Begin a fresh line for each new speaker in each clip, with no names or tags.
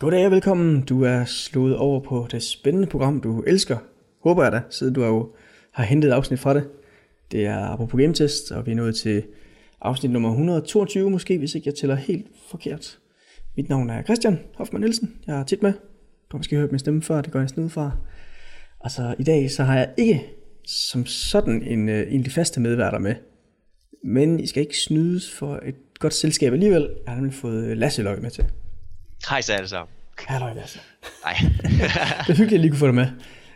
Goddag og velkommen. Du er slået over på det spændende program, du elsker. Håber jeg da, siden du har jo har hentet et afsnit fra det. Det er apropos Game Test, og vi er nået til afsnit nummer 122 måske, hvis ikke jeg tæller helt forkert. Mit navn er Christian Hoffmann Nielsen. Jeg er tit med. Du har måske hørt min stemme før, det går jeg sned fra. Og så i dag, så har jeg ikke som sådan en, øh, egentlig faste medværter med. Men I skal ikke snydes for et godt selskab alligevel. Jeg har nemlig fået øh, Lasse Løg med til.
Hej så alle sammen.
Halløj Lasse.
Nej,
Det er hyggeligt, at jeg lige kunne få dig med.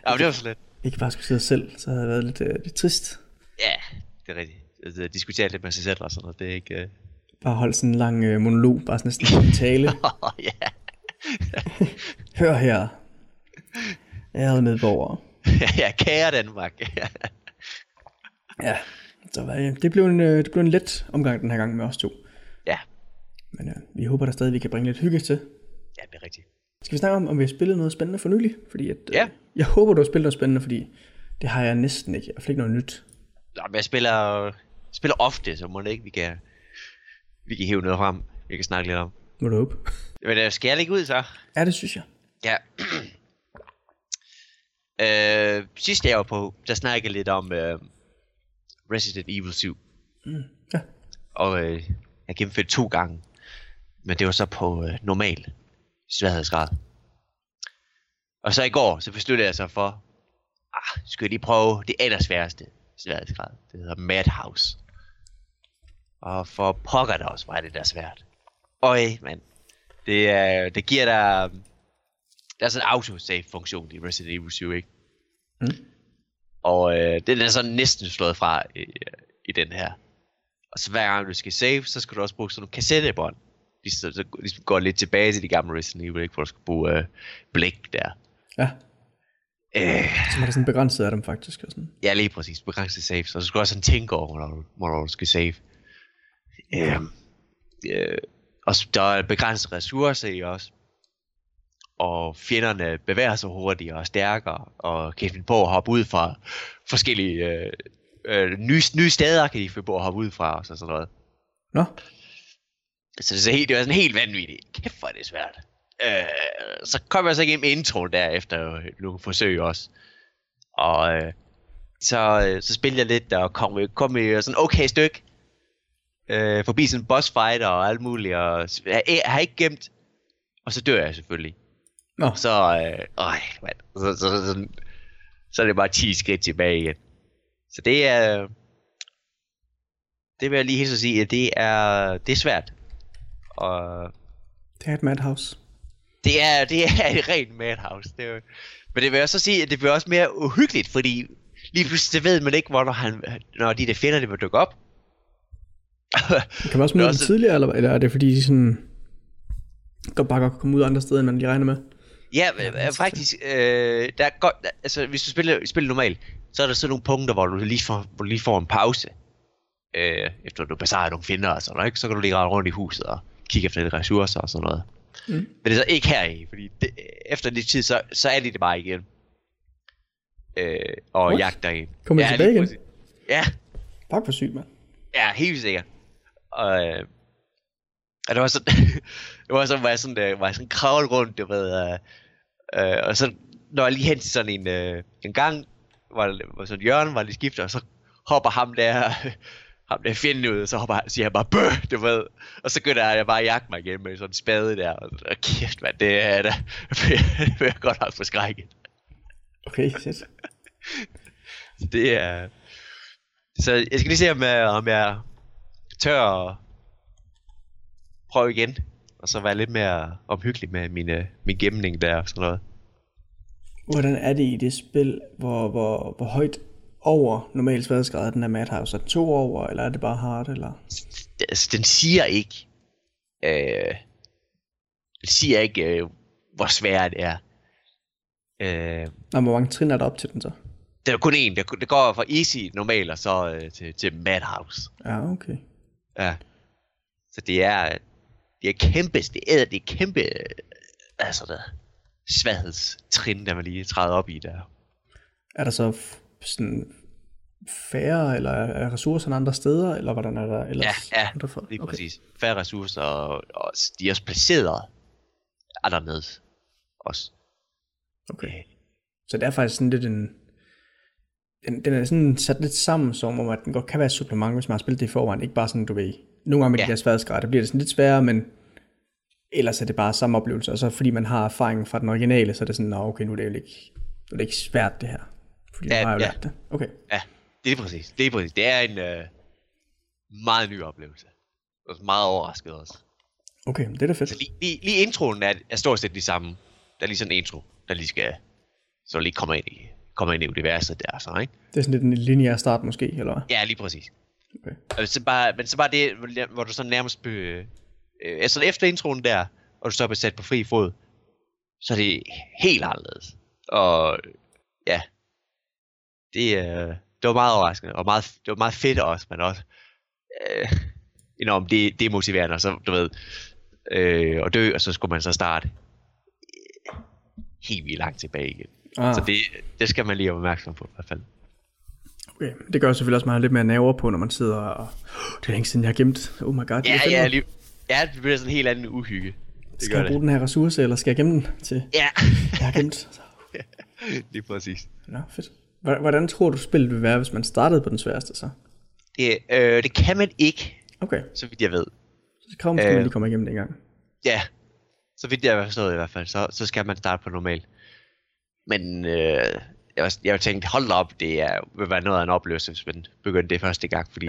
ja, det var så lidt.
Ikke bare skulle sidde selv, så havde det været lidt, øh, lidt trist.
Ja, det er rigtigt. Altså, diskutere lidt med sig selv og sådan noget, det er ikke... øh.
Bare holde sådan en lang øh, monolog, bare sådan næsten en tale.
Åh, uh... ja.
Hør her. Ærede medborgere.
ja, kære Danmark.
Ja, så var, øh, det, blev en, øh, det blev en let omgang den her gang med os to.
ja,
Men øh, vi håber der stadig, vi kan bringe lidt hygge til.
ja, det er rigtigt.
Skal vi snakke om, om vi har spillet noget spændende for nylig? Fordi at, øh,
Ja.
Jeg håber, du har spillet noget spændende, fordi det har jeg næsten ikke. Jeg har ikke noget nyt.
Nå, men jeg spiller, spiller ofte, så må det ikke, vi kan, vi kan hive noget frem, vi kan snakke lidt om.
Må du håbe.
Men øh, skal jeg lægge ud så?
Ja, det synes jeg.
Ja. øh, sidst jeg var på, der snakkede jeg lidt om øh, Resident Evil 7.
Ja.
Og øh, jeg gennemførte to gange. Men det var så på øh, normal sværhedsgrad. Og så i går, så besluttede jeg så for, ah, skal jeg lige prøve det allersværeste sværhedsgrad. Det hedder Madhouse. Og for pokker der også var det der svært. Øj, mand. Det, er, det giver dig... Der er sådan en autosave-funktion i Resident Evil 7, ikke?
Mm.
Og øh, den er sådan næsten slået fra i, i den her. Og så hver gang du skal save, så skal du også bruge sådan nogle kassettebånd. Ligesom, så ligesom går lidt tilbage til de gamle Resident Evil, ikke? hvor du skal bruge øh, blæk der.
Ja,
Øh,
så var der sådan begrænset af dem faktisk. Og sådan.
ja, lige præcis. Begrænset saves. Og så skal du også sådan tænke over, hvornår, du- hvornår du skal save. Øh, øh, og så- der er begrænset ressourcer i også. Og fjenderne bevæger sig hurtigere og stærkere. Og kan finde på at hoppe ud fra forskellige... Øh, øh, nye, nye steder kan de finde på at hoppe ud fra os og sådan noget.
Nå,
Så det er, helt, det var sådan helt vanvittigt. Kæft, hvor er det svært. Øh, så kom jeg så igennem introen der efter nogle forsøg også. Og øh, så, øh, så spillede jeg lidt og kom, øh, kom i sådan okay stykke. Øh, forbi sådan en boss fight og alt muligt. Og, s- jeg, jeg har ikke gemt. Og så dør jeg selvfølgelig.
Nå.
Og så, øh, øj, mand, så, så, så, så, så er det bare 10 skridt tilbage igen. Så det er... Det vil jeg lige hilse at sige, at det er, det er svært. Og
det er et madhouse.
det er, det er et rent madhouse. Det er, jo- men det vil jeg så sige, at det bliver også mere uhyggeligt, fordi lige pludselig så ved man ikke, hvornår han, når de der fjender, det vil dukke op.
Kan man også møde
Det er
dem
også-
tidligere, eller, eller er det fordi, de sådan godt bare godt kan komme ud andre steder, end man lige regner med?
Ja, øh, øh, faktisk, øh, der er godt, der- altså hvis du spiller, spiller normalt, så er der sådan nogle punkter, hvor du lige får, hvor du lige får en pause. Øh, efter du besejrer nogle fjender og sådan noget, ikke? så kan du lige rende rundt i huset og kigge efter lidt ressourcer og sådan noget.
Mm.
Mm. Men det er så ikke her i, fordi det, efter lidt tid, så, så er de det bare igen. Øh, og
What?
jagter en.
Kommer de
Ja,
tilbage
lige
igen?
præcis. Ja,
Fuck, hvor sygt, mand.
Ja, helt sikkert. Og, øh, og det var sådan, det var sådan, hvor jeg sådan, øh, hvor jeg sådan kravlede rundt, du ved, øh, øh, og så når jeg lige hen til sådan en, øh, en gang, hvor, hvor sådan et hjørne var lige skifter, og så hopper ham der, ham der fjenden ud, og så hopper, han- siger han bare, bøh, du ved, og så begynder jeg bare at jagte mig igen med sådan en spade der, og, og kæft, mand, det er da, det bliver jeg godt nok forskrækket.
Okay, shit.
Så det er... Så jeg skal lige se, om jeg, om jeg tør at prøve igen. Og så være lidt mere omhyggelig med min, øh, min gemning der og sådan noget.
Hvordan er det i det spil, hvor, hvor, hvor højt over normal sværdesgrad er den der madhouse? Er den to over, eller er det bare hard, eller?
Det- Altså, den siger ikke... Øh, den siger ikke, øh, hvor svært det er. Øh,
Nå, hvor mange trin er der op til den så?
der er kun én. Der, der går fra easy, normal, og så øh, til, til madhouse.
Ja, okay.
Ja. Så det er, det er kæmpe, det er, det er kæmpe, øh, altså der, svaghedstrin, der man lige træder op i der.
Er der så f- sådan færre, eller er er ressourcerne andre steder, eller hvordan er der ellers
Ja, ja,
andre for?
Lige
okay.
præcis. Færre ressourcer, og, og s- de er også placeret anderledes også.
Okay. Øh, Så det er faktisk sådan lidt en... Den, den er sådan sat lidt sammen, som om at den godt kan være et supplement, hvis man har spillet det i forvejen. Ikke bare sådan, du ved... Nogle gange med ja.
Ja.
de der sværhedsgrader, der bliver det sådan lidt sværere, men ellers er det bare samme oplevelse. Og så fordi man har erfaring fra den originale, så er det sådan, "Nå, okay, nu er det jo ikke, nu er det ikke svært det her. Fordi ja,
Ja,
nu har jeg jo
ja.
ja. lært det. Okay.
Ja, det er præcis. Det er præcis. Det er en øh, meget ny oplevelse. Og meget overrasket også.
Okay, men det er da fedt.
Så lige, lige, lige introen er, er stort set lige samme. Der er lige sådan en intro, der lige skal... Så lige kommer ind i, kommer ind i universet der, så, ikke?
Det er sådan lidt en lineær start måske, eller hvad?
Ja, lige præcis.
Okay.
Og så bare, men så bare det, hvor- hvor du så nærmest... Be, øh, altså efter introen der, og du så er sat på fri fod, så er det helt anderledes. Og ja, det, øh, det var meget overraskende, og meget, det var meget fedt også, men også øh, enormt det, det er motiverende, og så du ved, øh, og dø, og så skulle man så starte øh, helt vildt langt tilbage igen.
Ah,
Så det, det skal man lige være opmærksom på i hvert fald.
okay. det gør selvfølgelig også, at man har lidt mere nerver på, når man sidder og... "Åh, Det er længe siden, jeg har gemt. Oh my god.
Ja,
jeg finder
ja,
den.
lige, ja, det bliver sådan en helt anden uhygge. Det
Skal
gør
jeg bruge
det.
den her ressource, eller skal jeg gemme den til...
Ja,
Jeg har gemt.
lige præcis.
Nå, fedt. Hvor- Hvordan tror du, spillet ville være, hvis man startede på den sværeste så?
Det, øh, det kan man ikke,
Okay,
så vidt jeg ved.
så kommer måske, man
Øh.
lige kommer igennem det engang.
Ja, så vidt jeg har forstået i hvert fald, så, så skal man starte på normal. Men øh, jeg, var- jeg tænkte, hold da op, det er, vil være noget af en oplevelse, hvis man begynder det første gang, fordi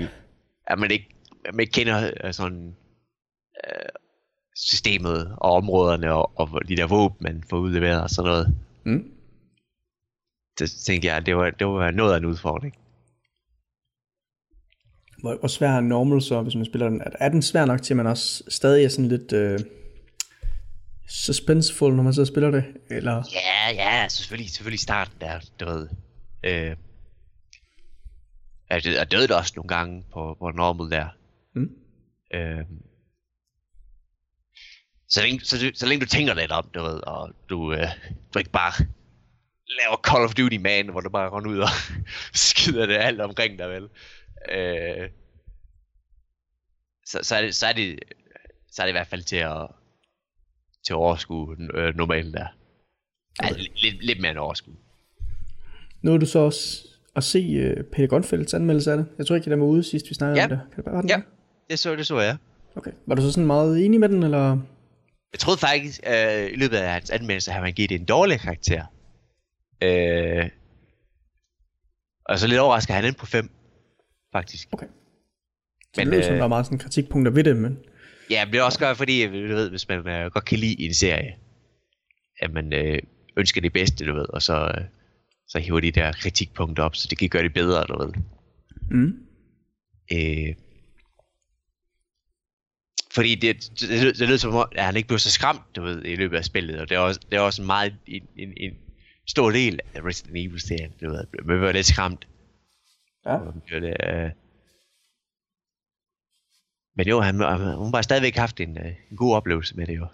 at man ikke, at man ikke kender øh, sådan øh, systemet og områderne og, og de der våben, man får udleveret og sådan noget.
Mm.
Så tænkte jeg, det var, det var noget af en udfordring.
Hvor, hvor svær er normal så, hvis man spiller den? Er- Er den svær nok til, at man også stadig er sådan lidt øh, suspenseful, når man så spiller det? Eller
Ja, ja, selvfølgelig, selvfølgelig i starten der, du ved. Øh, jeg, døde, jeg døde da også nogle gange på, på normal der.
Mm.
Øh, så, længe, så, så længe du tænker lidt om, du ved, og du, øh, du ikke bare laver Call of Duty man, hvor du bare runder ud og skider det alt omkring dig, vel? Øh, så, så, er det, så, er det, så er det i hvert fald til at, til at overskue øh, normalt der. Altså, lidt, lidt mere end overskud.
nåede du så også at se øh, Peter Grønfeldts anmeldelse af det? Jeg tror ikke, den var ude sidst, vi snakkede
Ja.
om det. Kan det bare, var den der?
det så, det så jeg.
Okay. Var du så sådan meget enig med den, eller?
Jeg troede faktisk, øh, i løbet af hans anmeldelse, at han havde givet det en dårlig karakter. Øh, og så lidt overrasker han ind på 5, faktisk.
Okay. Det
Men,
men, lød, øh... som
øh,
der var meget sådan kritikpunkter ved det, men
Ja, men det er også godt, fordi du ved, hvis man øh, godt kan lide en serie, at man øh, ønsker det bedste, du ved, og så, øh, så hiver de der kritikpunkter op, så det kan gøre det bedre, du ved.
mm.
Øh, fordi det, det, det, lød- det lød som om, at han ikke blev så skræmt du ved, i løbet af spillet, og det er også, det er også en meget en, en, en stor del af Resident Evil-serien, du ved, at man bliver lidt skræmt.
Ja.
Og man bliver lidt, øh... Men jo, han, han, hun har stadigvæk haft en, øh, en god oplevelse med det jo,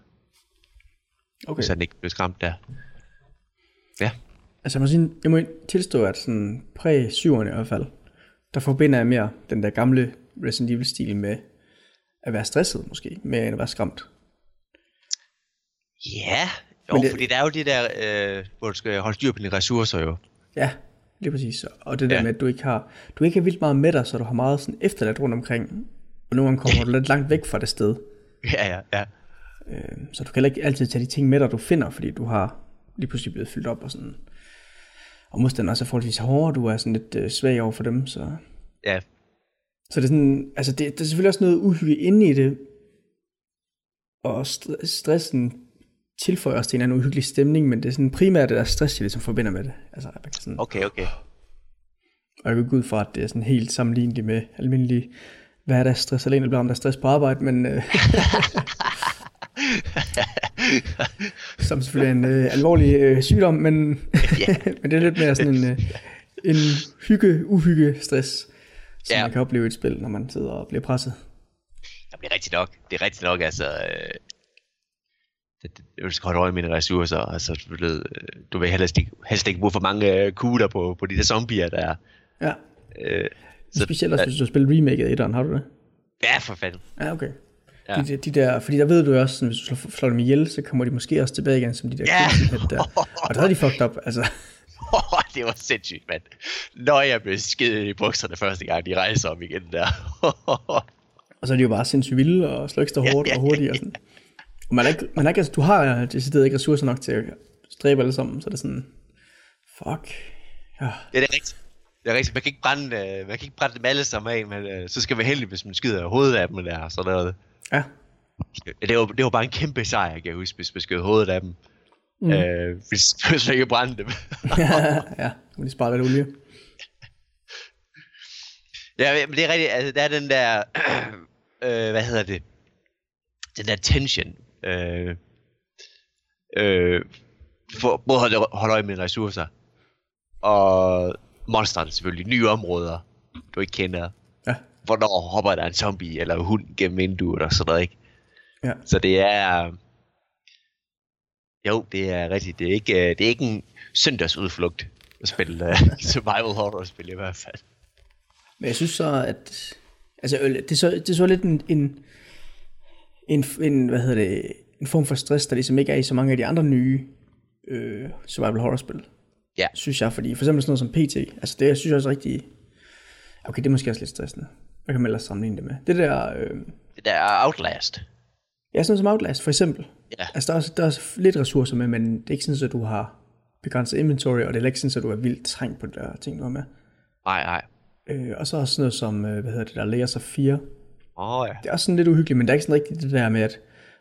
okay.
hvis han ikke blev skræmt der. Ja,
Altså jeg må, sige, jeg må tilstå, at sådan præ 7'erne i hvert fald, der forbinder jeg mere den der gamle Resident Evil-stil med at være stresset måske, mere end at være skræmt.
ja. Jo,
Men det-
fordi der er jo det der, øh, hvor du skal holde styr på dine ressourcer jo.
Ja, lige præcis. Og det der
Ja.
med, at du ikke har, du ikke har vildt meget med dig, så du har meget sådan efterladt rundt omkring. Og nogle gange kommer du lidt langt væk fra det sted.
Ja, ja, ja.
Øh, Så du kan heller ikke altid tage de ting med dig, du finder, fordi du har lige pludselig blevet fyldt op og sådan. Og modstanderne er så forholdsvis hårde, og du er sådan lidt øh, svag over for dem, så
ja.
Så det er sådan, altså det, der er selvfølgelig også noget uhygge inde i det, og st- stressen tilføjer også til en eller anden uhyggelig stemning, men det er sådan primært det der stress, jeg ligesom forbinder med det. Altså, at man kan sådan,
Okay, okay.
og jeg går ikke ud fra, at det er sådan helt sammenligneligt med almindelig hverdagsstress, alene bliver om der er stress på arbejde, men øh, som selvfølgelig er en øh, alvorlig øh, sygdom, men, men det er lidt mere sådan en, øh, en hygge, uhygge stress, som
Ja.
man kan opleve i et spil, når man sidder og bliver presset.
Jamen, det er rigtigt nok. Det er rigtigt nok, altså... Øh, det, det, jeg skal holde øje med mine ressourcer, og så du ved, øh, du vil helst ikke, helst ikke bruge for mange øh, kugler på, på de der zombier, der er.
Ja.
Øh,
Specielt også, hvis du har spillet remaket af etteren, har du det?
ja, for fanden.
Ja, okay. Ja. De, de der, fordi der ved du jo også, sådan, hvis du slår, slår dem ihjel, så kommer de måske også tilbage igen, som de der
Ja.
yeah. der. Og der havde de fucked up, altså.
Oh, det var sindssygt, mand. Når jeg blev skidt i bukserne første gang, de rejser om igen der.
Og så er de jo bare sindssygt vilde og slår ekstra hårdt og hurtigt og sådan. Og man er ikke, man er ikke, altså, du har decideret ikke ressourcer nok til at stræbe alle sammen, så er det sådan, fuck. Ja,
det er det rigtigt. Det er rigtigt. Man kan ikke brænde, øh, man kan ikke brænde dem alle sammen af, men øh, så skal man heldig, hvis man skyder hovedet af dem der. og Sådan noget.
ja.
Det var, det var bare en kæmpe sejr, kan jeg huske, hvis man skød hovedet af dem. Mm. Øh, hvis, hvis man ikke brændte dem.
ja, nu må de spare lidt olie.
ja, men det er rigtigt. Altså, der er den der... øh, hvad hedder det? Den der tension. Øh, øh, for både holde, holde øje med ressourcer. Og monsterne selvfølgelig. Nye områder, du ikke kender.
Ja,
Hvornår hopper der en zombie eller en hund gennem vinduet og sådan noget, ikke?
ja.
Så det er... øh, Jo, det er rigtigt. Det er ikke, øh, det er ikke en søndagsudflugt at spille uh, survival horror-spil i hvert fald.
Men jeg synes så, at altså, øl, det, er så, det er så lidt en, en, en, en, hvad hedder det, en form for stress, der ligesom ikke er i så mange af de andre nye øh, survival horror-spil.
Ja.
Synes jeg, fordi for eksempel sådan noget som PT, altså det synes jeg også er rigtig... Okay, det er måske også lidt stressende. Hvad kan man ellers sammenligne det med? Det der, øh,
Det der er Outlast.
ja, sådan noget som Outlast for eksempel.
Ja.
Altså der er, også, der er også lidt ressourcer med, men det er ikke sådan, at du har begrænset inventory, og det er heller ikke sådan, at du er vildt trængt på de der ting, du har med.
Nej, nej.
Øh, og så også sådan noget som, øh, hvad hedder det der, Layers of 4,
Åh oh, ja.
det er også sådan lidt uhyggeligt, men der er ikke sådan rigtigt det der med, at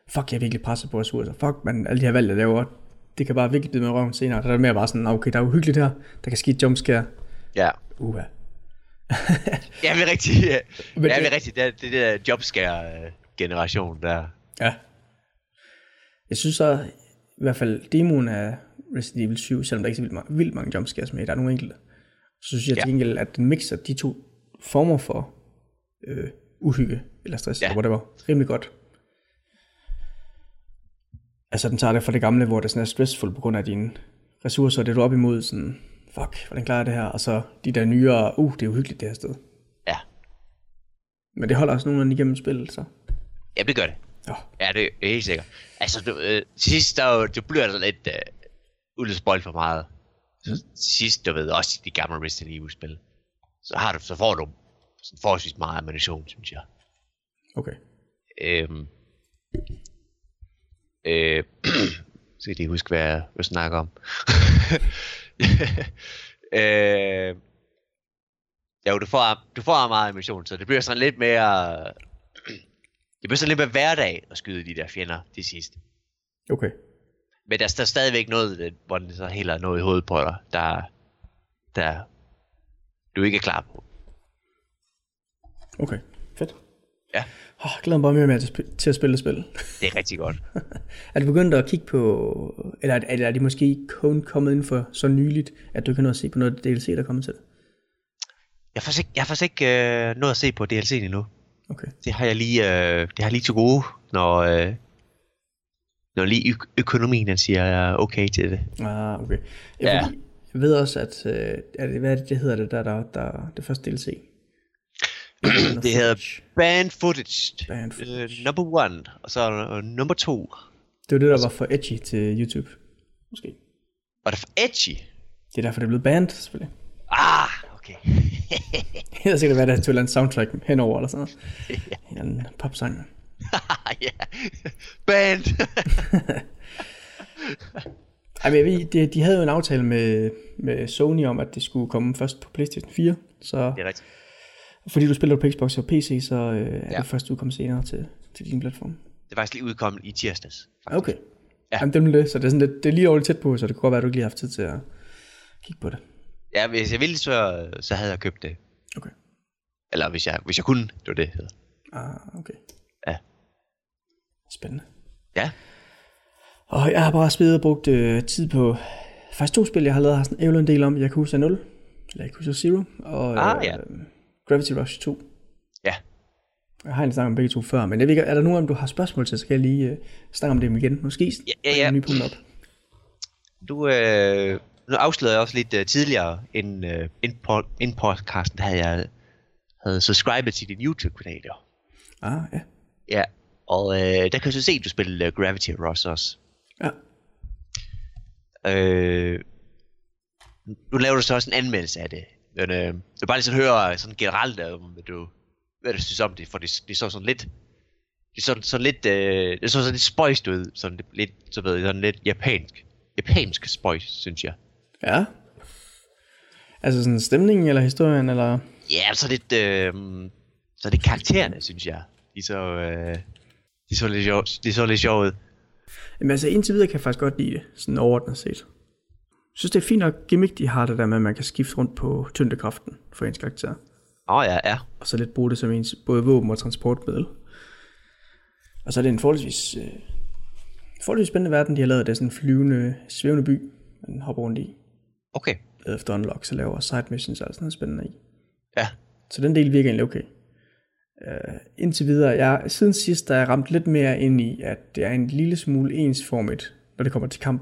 fuck, jeg er virkelig presset på ressourcer, fuck, man, alle de her valg, jeg laver, det kan bare virkelig blive med røven senere. Der er det mere bare sådan, "Nå, okay, der er uhyggeligt her, der kan ske et jumpscare,
Ja.
uha.
Ja, det er rigtigt. Ja,
Men
ja
det-
det er rigtigt. Det er det der jobscare-generation der.
Ja. Jeg synes så, i hvert fald demoen af Resident Evil 7, selvom der ikke er så vildt mange, vildt mange jumpscares med, der er nogle enkelte, så synes jeg
Ja.
til gengæld, at den mixer de to former for øh, uhygge eller stress, ja.
Ja.
eller whatever, rimelig godt. Altså den tager det fra det gamle, hvor det sådan er stressful på grund af dine ressourcer, og det er du op imod, sådan, fuck, hvordan klarer jeg det her? Og så de der nyere, uh, det er uhyggeligt det her sted.
Ja.
Men det holder også nogenlunde igennem spillet, så.
Ja, det gør det.
Ja.
Ja, det er helt sikkert. Altså, du, øh, til sidst, der, er jo- det bliver der lidt øh, uden at spoil for meget. Så til sidst, du ved, også i de gamle Resident Evil-spil, så, har du, så får du sådan forholdsvis meget ammunition, synes jeg.
Okay.
Øhm, øh, skal jeg lige huske, hvad jeg, hvad jeg snakker om. øh, jo, du får, du får meget ammunition, så det bliver sådan lidt mere... det bliver sådan lidt mere hverdag at skyde de der fjender til sidst.
Okay.
Men der er der er stadigvæk noget, øh, hvor den så heller er noget i hovedet på dig, der, der du ikke er klar på.
Okay, fedt.
Ja.
Oh, jeg glæder mig bare mere og mere til, sp- til at spille det spil.
Det er rigtig godt.
Er du begyndt at kigge på, eller er, eller er de måske kun kommet inden for så nyligt, at du ikke kan nå at se på noget af det DLC, der er kommet til?
Jeg har faktisk ikke, jeg har faktisk ikke øh, nået at se på DLC'en endnu.
Okay,
det har jeg lige, øh, det har jeg lige til gode, når, øh, når lige ø- økonomien den siger jeg er okay til det.
ah, okay. Jeg,
Ja.
fordi, jeg ved også, at, øh, er det, hvad er det, det hedder det der, der, der det første DLC?
det hedder Band Footage,
Banned
footage. Uh, number one, og så uh, number to.
Det var det,
Altså-
der var for edgy til YouTube, måske.
Var det for edgy?
Det er derfor, det er blevet banned, selvfølgelig.
Ah, okay.
Ellers kan det være, at der er et eller andet soundtrack henover, eller sådan noget. En eller anden popsang.
ja, band.
Ej, men jeg ved, de, de havde jo en aftale med, med Sony om, at det skulle komme først på PlayStation 4, så
det er rigtigt.
fordi du spiller på Xbox og PC, så øh, er ja.
Ja.
det først udkommet senere til, til din platform.
Det er faktisk lige udkommet i tirsdags. Faktisk.
Okay. Ja. Jamen, det er det, så det er, sådan lidt, det er lige over tæt på, så det kunne godt være, at du ikke lige har haft tid til at kigge på det.
Ja, hvis jeg ville, så, så havde jeg købt det.
Okay.
Eller hvis jeg, hvis jeg kunne, det var det. det hedder.
Ah, okay.
Ja.
Spændende.
Ja,
Og jeg har bare spillet og brugt øh, tid på faktisk to spil, jeg har lavet har sådan ævlet en del om. Yakuza 0, eller Yakuza Zero, og øh,
Ah, ja.
Gravity Rush 2.
ja.
Jeg har egentlig snakket om begge to før, men jeg ved ikke, er der nu, om du har spørgsmål til, så skal jeg lige øh, snakke om dem igen. Måske
Ja, ja,
bringe
ja.
en ny punkt op.
Du, øh, nu afslørede jeg også lidt øh, tidligere, end, øh, end, pod, end podcasten, der havde jeg havde subscribet til din YouTube-kanal. jo.
Ah, ja.
Ja, Og øh, der kan jeg så se, at du spillede øh, Gravity Rush også.
Ja.
Øh, nu laver du så også en anmeldelse af det. Men øh, jeg vil bare lige sådan høre sådan generelt, øh, om, hvad du, hvad du synes om det, for det, det så sådan lidt... Det så sådan lidt, øh, det så sådan lidt spøjst ud, sådan lidt- lidt, så ved jeg, sådan lidt japansk. Japansk spøjs, synes jeg.
Ja. Altså sådan stemningen eller historien, eller...
Ja, så lidt, øh, så lidt karaktererne, synes jeg. De så, øh, de så lidt sjov, de så lidt sjov ud.
Jamen altså indtil videre kan jeg faktisk godt lide det, sådan overordnet set. Jeg synes, det er fint nok gimmick, de har det der med, at man kan skifte rundt på tyndekraften for ens karakter.
Åh oh, ja, ja.
og så lidt bruge det som ens både våben og transportmiddel. Og så er det en forholdsvis, øh, forholdsvis spændende verden, de har lavet. Det er sådan en flyvende, svævende by, man hopper rundt i.
Okay.
Leder Efter unlocks og laver side missions og alt sådan noget spændende i.
Ja.
Så den del virker egentlig okay. Uh, indtil videre, jeg, siden sidst der er jeg ramt lidt mere ind i, at det er en lille smule ensformigt, når det kommer til kamp.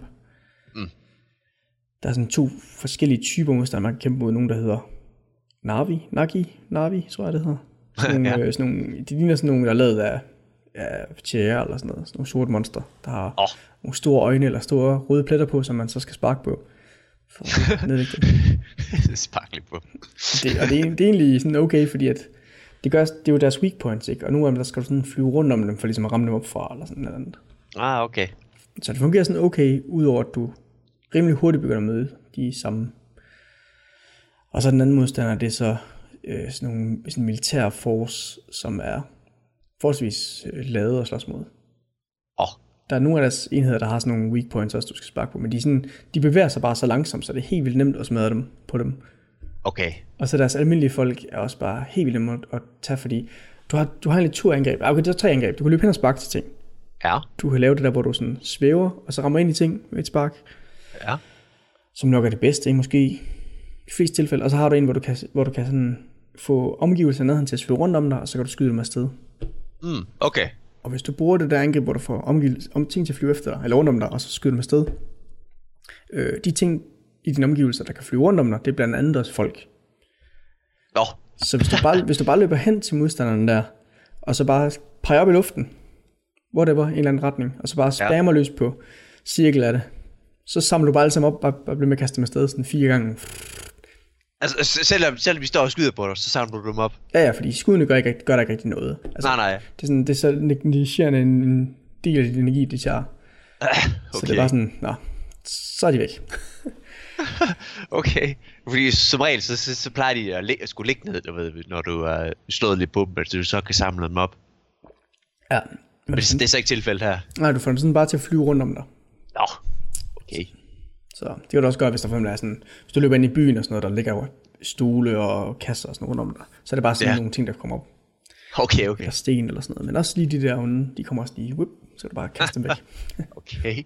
Mm.
Der er sådan to forskellige typer modstandere, man kan kæmpe mod. Nogen, der hedder Navi, Nagi, Navi, tror jeg det hedder. Sådan nogle, øh, sådan nogle, de ligner sådan nogle, der er lavet af, af tjære eller sådan noget. Sådan nogle sorte monster, der har
Åh.
nogle store øjne eller store røde pletter på, som man så skal sparke på. For at nedlægge dem.
Spark lidt på.
Det, og det, er- det er egentlig sådan okay, fordi at det, gør, det er jo deres weak points, ikke? Og nu der skal du sådan flyve rundt om dem, for ligesom at ramme dem op fra, eller sådan noget andet.
Ah, okay.
Så det fungerer sådan okay, udover at du rimelig hurtigt begynder at møde de samme. Og så den anden modstander, det er så øh, sådan nogle sådan militære force, som er forholdsvis øh, lavet at slås mod.
Åh, oh,
Der er nogle af deres enheder, der har sådan nogle weak points også, du skal sparke på, men de, er sådan, de bevæger sig bare så langsomt, så det er helt vildt nemt at smadre dem på dem.
okay.
Og så deres almindelige folk er også bare helt vildt nemme at- at tage, fordi du har, du har egentlig to angreb. Ah, Okay, der er tre angreb. Du kan løbe hen og sparke til ting.
Ja,
Du kan lave det der, hvor du sådan svæver, og så rammer ind i ting med et spark,
ja.
som nok er det bedste, ikke? måske i de fleste tilfælde. Og så har du en, hvor du kan, hvor du kan sådan få omgivelserne ned til at svæve rundt om dig, og så kan du skyde dem afsted.
Mm, okay.
Og hvis du bruger det der angreb, hvor du får omgivelser, om ting til at flyve efter dig, eller rundt om dig, og så skyder dem afsted, øh, de ting i dine omgivelser, der kan flyve rundt om dig, det er blandt andet også folk.
Nå,
Så hvis du, bare, hvis du bare løber hen til modstanderen der, og så bare peger op i luften, whatever, en eller anden retning, og så bare spammer løs på cirkel af det, så samler du bare alle sammen op, bare, bare bliver med at kaste dem afsted sådan fire gange.
altså s- selvom, selvom vi står og skyder på dig, så samler du dem op.
Ja, ja, fordi skuddene gør, ikke, rigtig- gør der ikke rigtig noget. Altså,
Nej, nej.
Det, er sådan, det er så negligerende en del af din energi, det tager. Så det er
Okay,
bare sådan, nå, så er de væk.
okay. Fordi som regel, så, så, så plejer de at, lig- at skulle ligge ned, du ved, når du har øh, slået lidt på dem, så du så kan samle dem op.
Ja.
Men det, det er så ikke tilfældet her.
Nej, du får dem sådan bare til at flyve rundt om dig.
Nå, okay.
Så det kan du også gøre, hvis der for eksempel er sådan, hvis du løber ind i byen og sådan noget, der ligger jo stole og kasser og sådan noget rundt om dig. Så er det bare sådan
Ja.
ja. nogle ting, der kommer op.
Okay, okay.
Eller sten eller sådan noget. Men også lige de der onde, de kommer også lige, whip, så kan du bare kaste dem væk.
Okay.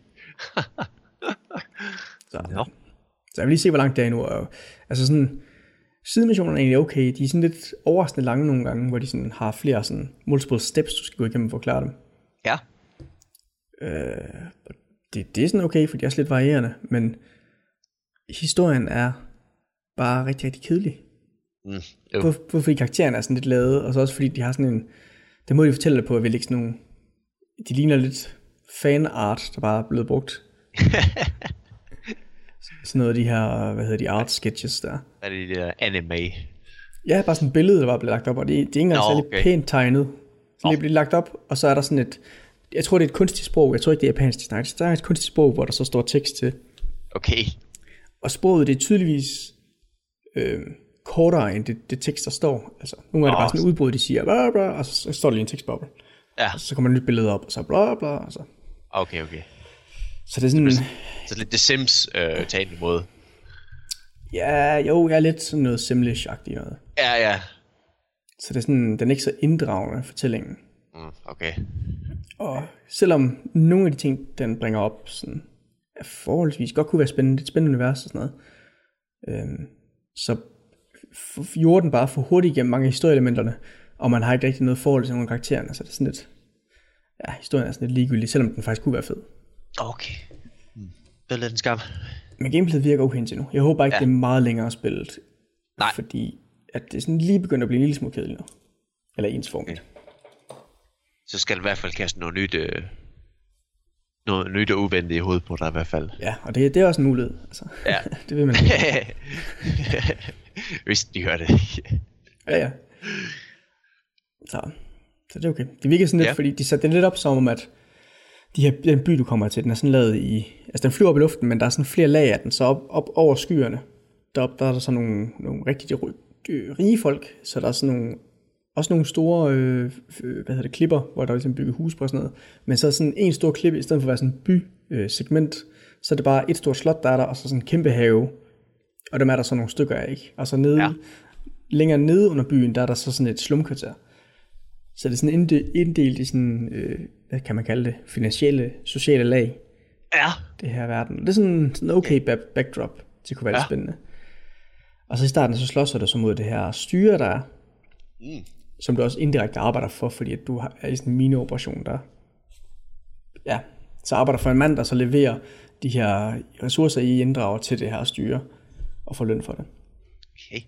Så,
Nå.
så jeg vil lige se, hvor langt det er endnu. Og, altså sådan, sidemissionerne er egentlig okay. De er sådan lidt overraskende lange nogle gange, hvor de sådan har flere sådan multiple steps, du skal gå igennem for at klare dem.
Ja.
det, det er sådan okay, for det er også lidt varierende, men historien er bare rigtig, rigtig kedelig.
Mm, jo.
Hvor, hvor, fordi karaktererne er sådan lidt lavet, og så også fordi de har sådan en... Den måde, de fortæller det på, er vel ikke sådan nogle... De ligner lidt fanart, der bare er blevet brugt. sådan noget af de her, hvad hedder de, art sketches der.
Hvad er det, det der anime?
Ja, bare sådan et billede, der bare blev lagt op, og det, det er ikke engang
Nå,
særlig
okay.
pænt tegnet. Så det bliver lagt op, og så er der sådan et, jeg tror det er et kunstigt sprog, jeg tror ikke det er japansk, det snakkes. der er et kunstigt sprog, hvor der så står tekst til.
Okay.
Og sproget, det er tydeligvis øh, kortere, end det, det tekst, der står. Altså, nogle gange er det bare sådan et udbrud, de siger, bla, bla, og så, så står der lige en tekstboble.
Ja,
Og så kommer der et nyt billede op, og så bla, bla, og så.
okay, okay.
Så det er sådan,
Så lidt The Sims øh, talende måde.
ja, jo, jeg er lidt sådan noget simlish-agtig noget.
Ja, ja.
Så det er sådan, den er ikke så inddragende, fortællingen.
Mm, okay.
Og selvom nogle af de ting, den bringer op, sådan, er forholdsvis godt kunne være spændende, det er et spændende univers og sådan noget, øhm, så f- gjorde den bare for hurtigt igennem mange af historieelementerne, og man har ikke rigtig noget forhold til nogle af karaktererne, så det er sådan lidt, ja, historien er sådan lidt ligegyldig, selvom den faktisk kunne være fed.
Okay. Mm. Det er lidt en skam.
Men gameplayet virker okay indtil nu. Jeg håber ikke, ja. det er meget længere spillet.
Nej.
Fordi at det er sådan lige begyndt at blive en lille smule kedeligt nu. Eller ensformigt. Okay.
så skal du i hvert fald kaste noget nyt, øh, noget nyt og uventet i hovedet på dig i hvert fald.
Ja, og det, det er også en mulighed. Altså.
Ja.
det vil man.
Hvis de hører det.
Ja, ja. Så, så det er okay. Det virker sådan lidt,
Ja.
ja. fordi de satte den lidt op som om, at de her, den by, du kommer til, den er sådan lavet i... Altså, den flyver op i luften, men der er sådan flere lag af den, så op, op over skyerne, deroppe, der er der sådan nogle, nogle rigtig de ry- de rige folk, så der er sådan nogle, også nogle store, øh, f- øh, hvad hedder det, klipper, hvor der er ligesom bygget hus på og sådan noget, men så er sådan en stor klippe, i stedet for at være sådan en bysegment, øh, segment, så er det bare et stort slot, der er der, og så sådan en kæmpe have, og dem er der så nogle stykker af, ikke? Og så nede,
Ja.
ja. længere nede under byen, der er der så sådan et slumkvarter. Så det er sådan inde- inddelt i sådan, øh, hvad kan man kalde det, finansielle, sociale lag,
Ja.
det her verden. Det er sådan sådan en okay ba- backdrop, det kunne være
Ja.
ja. spændende. Og så i starten, så slås du så mod det her styre, der er,
Mm.
som du også indirekte arbejder for, fordi at du har- er i sådan en mineoperation, der ja, så arbejder for en mand, der så leverer de her ressourcer, I inddrager til det her styre, og får løn for det.
Okay.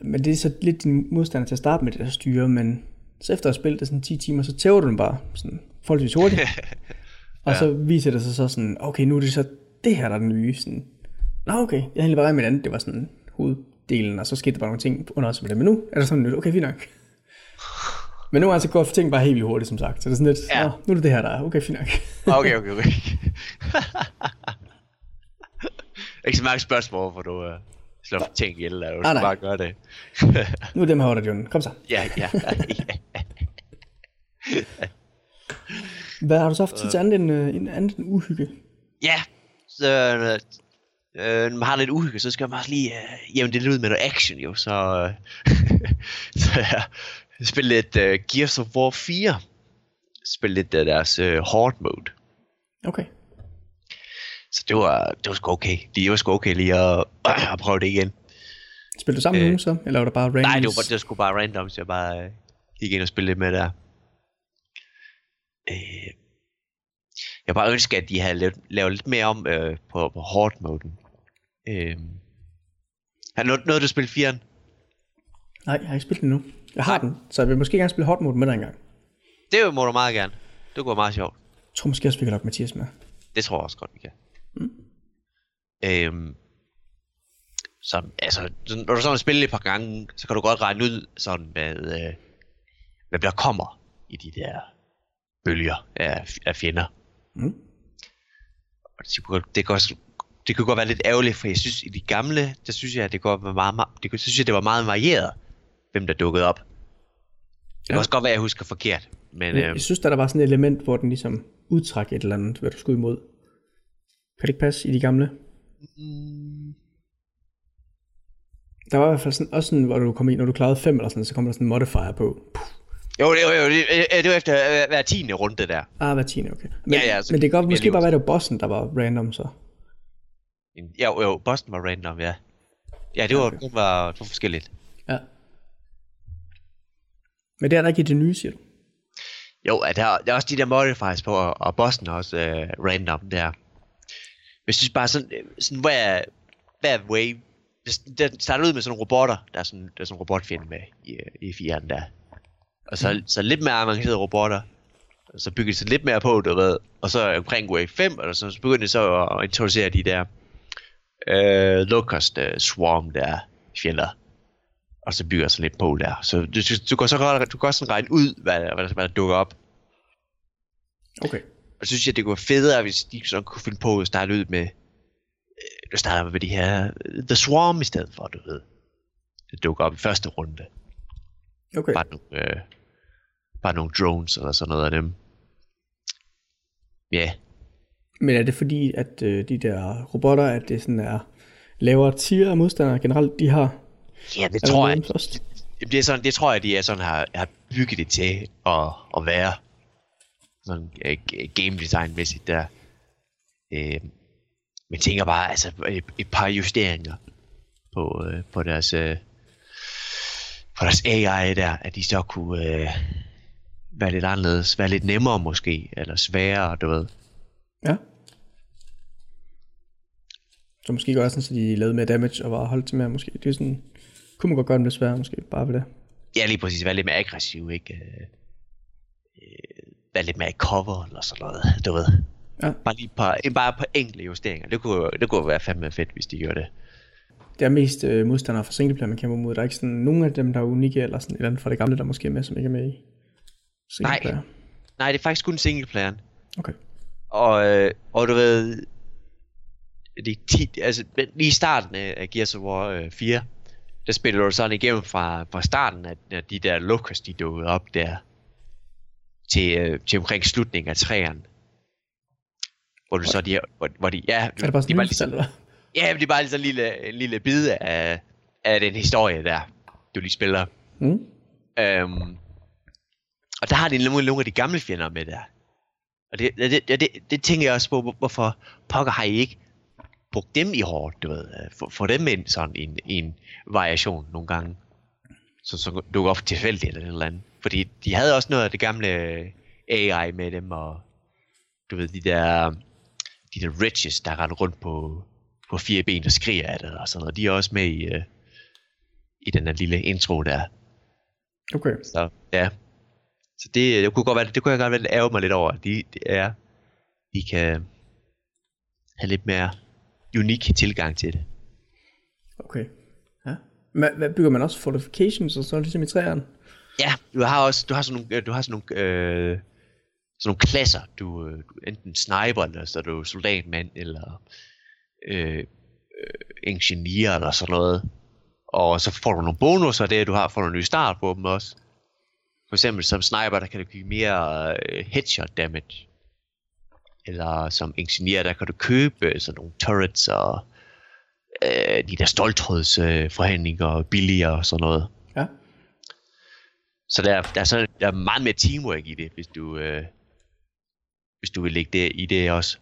Men det er så lidt din modstander til at starte med det der styre, men så efter at spille det sådan 10 timer, så tæver du den bare sådan forholdsvis hurtigt. Og så viser det sig så sådan, okay, nu er det så det her, der er den nye. Sådan, Nå okay, jeg havde egentlig bare regnet med det andet, det var sådan hoveddelen, og så skete der bare nogle ting under os med det, men nu er der sådan nyt, okay, fint nok. Men nu er altså godt ting bare helt vildt hurtigt, som sagt. Så det er sådan lidt,
Ja.
ja. Nå, nu er det det her, der er, okay, fint nok.
Okay, okay, okay. Ikke så mange spørgsmål, hvor du uh, slår ting ihjel, eller du
Nej,
skal
nej.
bare gøre det.
Nu er det dem her, der Kom så.
ja, ja, ja.
Hvad har du så haft tid til andet end, øh, end- andet end uhygge?
Ja, så øh, øh, når man har lidt uhygge, så skal man også lige øh, jævne det lidt ud med noget action, jo. Så, øh, så jeg spillede lidt øh, Gears of War 4. Spillede lidt af deres øh, hard mode.
Okay.
Så det var, det var sgu okay. Det var sgu okay lige at, at prøve det igen.
Spiller du sammen med
Øh,
nogen så? Eller var det bare random?
Nej, det var, det var sgu bare random, så jeg bare øh, gik ind og spillede lidt med der. Øh, jeg bare ønsker, at de havde lavet, lavet lidt mere om øh, på, på hard-moden. Øh, har du noget, du spille 4'eren?
Nej, jeg har ikke spillet den nu. Jeg har den, så jeg vil måske gerne spille hot mode med dig engang.
Det må du meget gerne. Det kunne være meget sjovt.
Jeg tror måske også, vi kan lokke Mathias med.
Det tror jeg også godt, vi kan. Mm. Øhm, så, altså, så når du sådan har spillet et par gange, så kan du godt regne ud, sådan med, øh, hvad der kommer i de der bølger af, af fjender.
Mm.
Og det, kunne godt- det, kan også, det kunne godt være lidt ærgerligt, for jeg synes, i de gamle, der synes jeg, at det, godt var meget, meget, det kunne- synes jeg, det var meget varieret, hvem der dukkede op. Det kan
Ja.
også godt være, at jeg husker forkert, men
Jeg,
øh,
jeg synes, der, der var sådan et element, hvor den ligesom udtrak et eller andet, hvad du skulle imod. Kan det ikke passe i de gamle? Der var i hvert fald sådan, også sådan, hvor du kom ind, når du klarede fem eller sådan, så kom der sådan en modifier på. Puh,
jo, jo, jo, det, øh, det var efter øh, hver tiende runde der.
ah, hver tiende, okay. Men,
Ja, ja, så-
men det kan
ja,
godt måske
lige
bare være, at det var bossen, der var random så.
Jo, jo, Boston var random, ja. Ja, det var, okay. det var, det var forskelligt.
Ja. Men det er der ikke i det nye, siger du.
Jo, ja, der, der er også de der modifiers på, og, og Boston er også øh, random der. Men Jeg synes bare sådan, øh, sådan hver, hver wave, hvis- der starter ud med sådan nogle robotter, der er sådan, der er sådan en robotfjende med i, øh, i fireren der. Og så, så lidt mere avancerede robotter, og så bygger de sig lidt mere på, du ved. Og så omkring wave 5, og så begynder de så at introducere de der øh, locust øh, swarm der fjender. Og så bygger jeg sådan lidt på der. Så du, du, du kan så godt, du kan også sådan regne ud, hvad, der- hvad, der, hvad der dukker op.
Okay.
Og så synes jeg, det kunne være federe, hvis de sådan kunne finde på at starte ud med... øh, Nu starter man med de her... øh, The Swarm i stedet for, du ved. Det dukker op i første runde.
Okay.
Bare nogle, øh, bare nogle drones eller sådan noget af dem. Ja, yeah.
Men er det fordi, at øh, de der robotter, at det sådan er lavere tier af modstandere generelt, de har?
ja det
Er der
tror jeg.
nogen Først?
Jamen, det, er sådan, det tror jeg, de er sådan har, har bygget det til at, at være. Sådan øh, g- game design-mæssigt der. Øh, men tænker bare, altså et, et par justeringer på, øh, på deres... Øh, på deres AI der, at de så kunne øh, være lidt anderledes, være lidt nemmere måske, eller sværere, du ved.
Ja. Så måske gør sådan, så de lavede mere damage og var holdt til mere, måske. Det er sådan, kunne man godt gøre dem lidt sværere, måske, bare ved det.
Ja, lige præcis, være lidt mere aggressiv, ikke? Øh, være lidt mere i cover eller sådan noget, du ved.
Ja.
Bare lige et par, en- bare et par enkelte justeringer. Det kunne, det kunne være fandme fedt, hvis de gjorde det.
Det er mest øh, modstandere fra singleplayer, man kæmper mod. Der er ikke sådan nogen af dem, der er unikke, eller sådan et eller andet fra det gamle, der måske er med, som ikke er med i singleplayer.
Nej, det er faktisk kun singleplayeren.
Okay.
Og, øh, og du ved, det er ti, altså, men lige i starten af af Gears of War øh, 4, der spiller du sådan igennem fra, fra starten, at når de der Locust, de dukkede op der, til, øh, til omkring slutningen af træerne. Hvor du så de her, hvor, hvor de, ja,
Er det bare
de
sådan
var
en
ligesom- lige,
lille eller hvad?
ja, men det er bare lige sådan en lille, en lille bid af, af den historie der, du lige spiller.
Mm.
Øhm, og der har de nogle, nogle af de gamle fjender med der. Og det, det, det, det, det tænker jeg også på, hvor- hvorfor pokker har I ikke brugt dem i hårdt, du ved. øh, Få, få dem ind sådan i en, i en variation nogle gange. Så, så dukker op tilfældigt eller et eller andet. Fordi de havde også noget af det gamle øh, AI med dem, og du ved, de der, de der riches, der render rundt på, på fire ben og skriger af det og sådan noget. De er også med i, øh, i den der lille intro der.
Okay.
Så ja. Så det, det kunne godt være, det kunne jeg godt være ærge mig lidt over. De, de er, de kan have lidt mere unik tilgang til det.
Okay. Ja. Hvad, hvad bygger man også? Fortifications og sådan noget, ligesom i træerne?
Ja, du har også, du har sådan nogle, øh, du har sådan nogle, øh, sådan nogle klasser. Du, øh, du er enten sniper, eller så er du soldatmand, eller øh, øh, ingeniør, eller sådan noget. Og så får du nogle bonusser der, du har, får du en ny start på dem også. For eksempel som sniper, der kan du give mere øh, headshot damage. Eller som ingeniør, der kan du købe sådan nogle turrets og øh, de der stolthødsforhandlinger øh, forhandlinger billigere og sådan noget.
Ja.
Så der, er- der, er sådan, der er meget mere teamwork i det, hvis du, øh, hvis du vil lægge det i det også.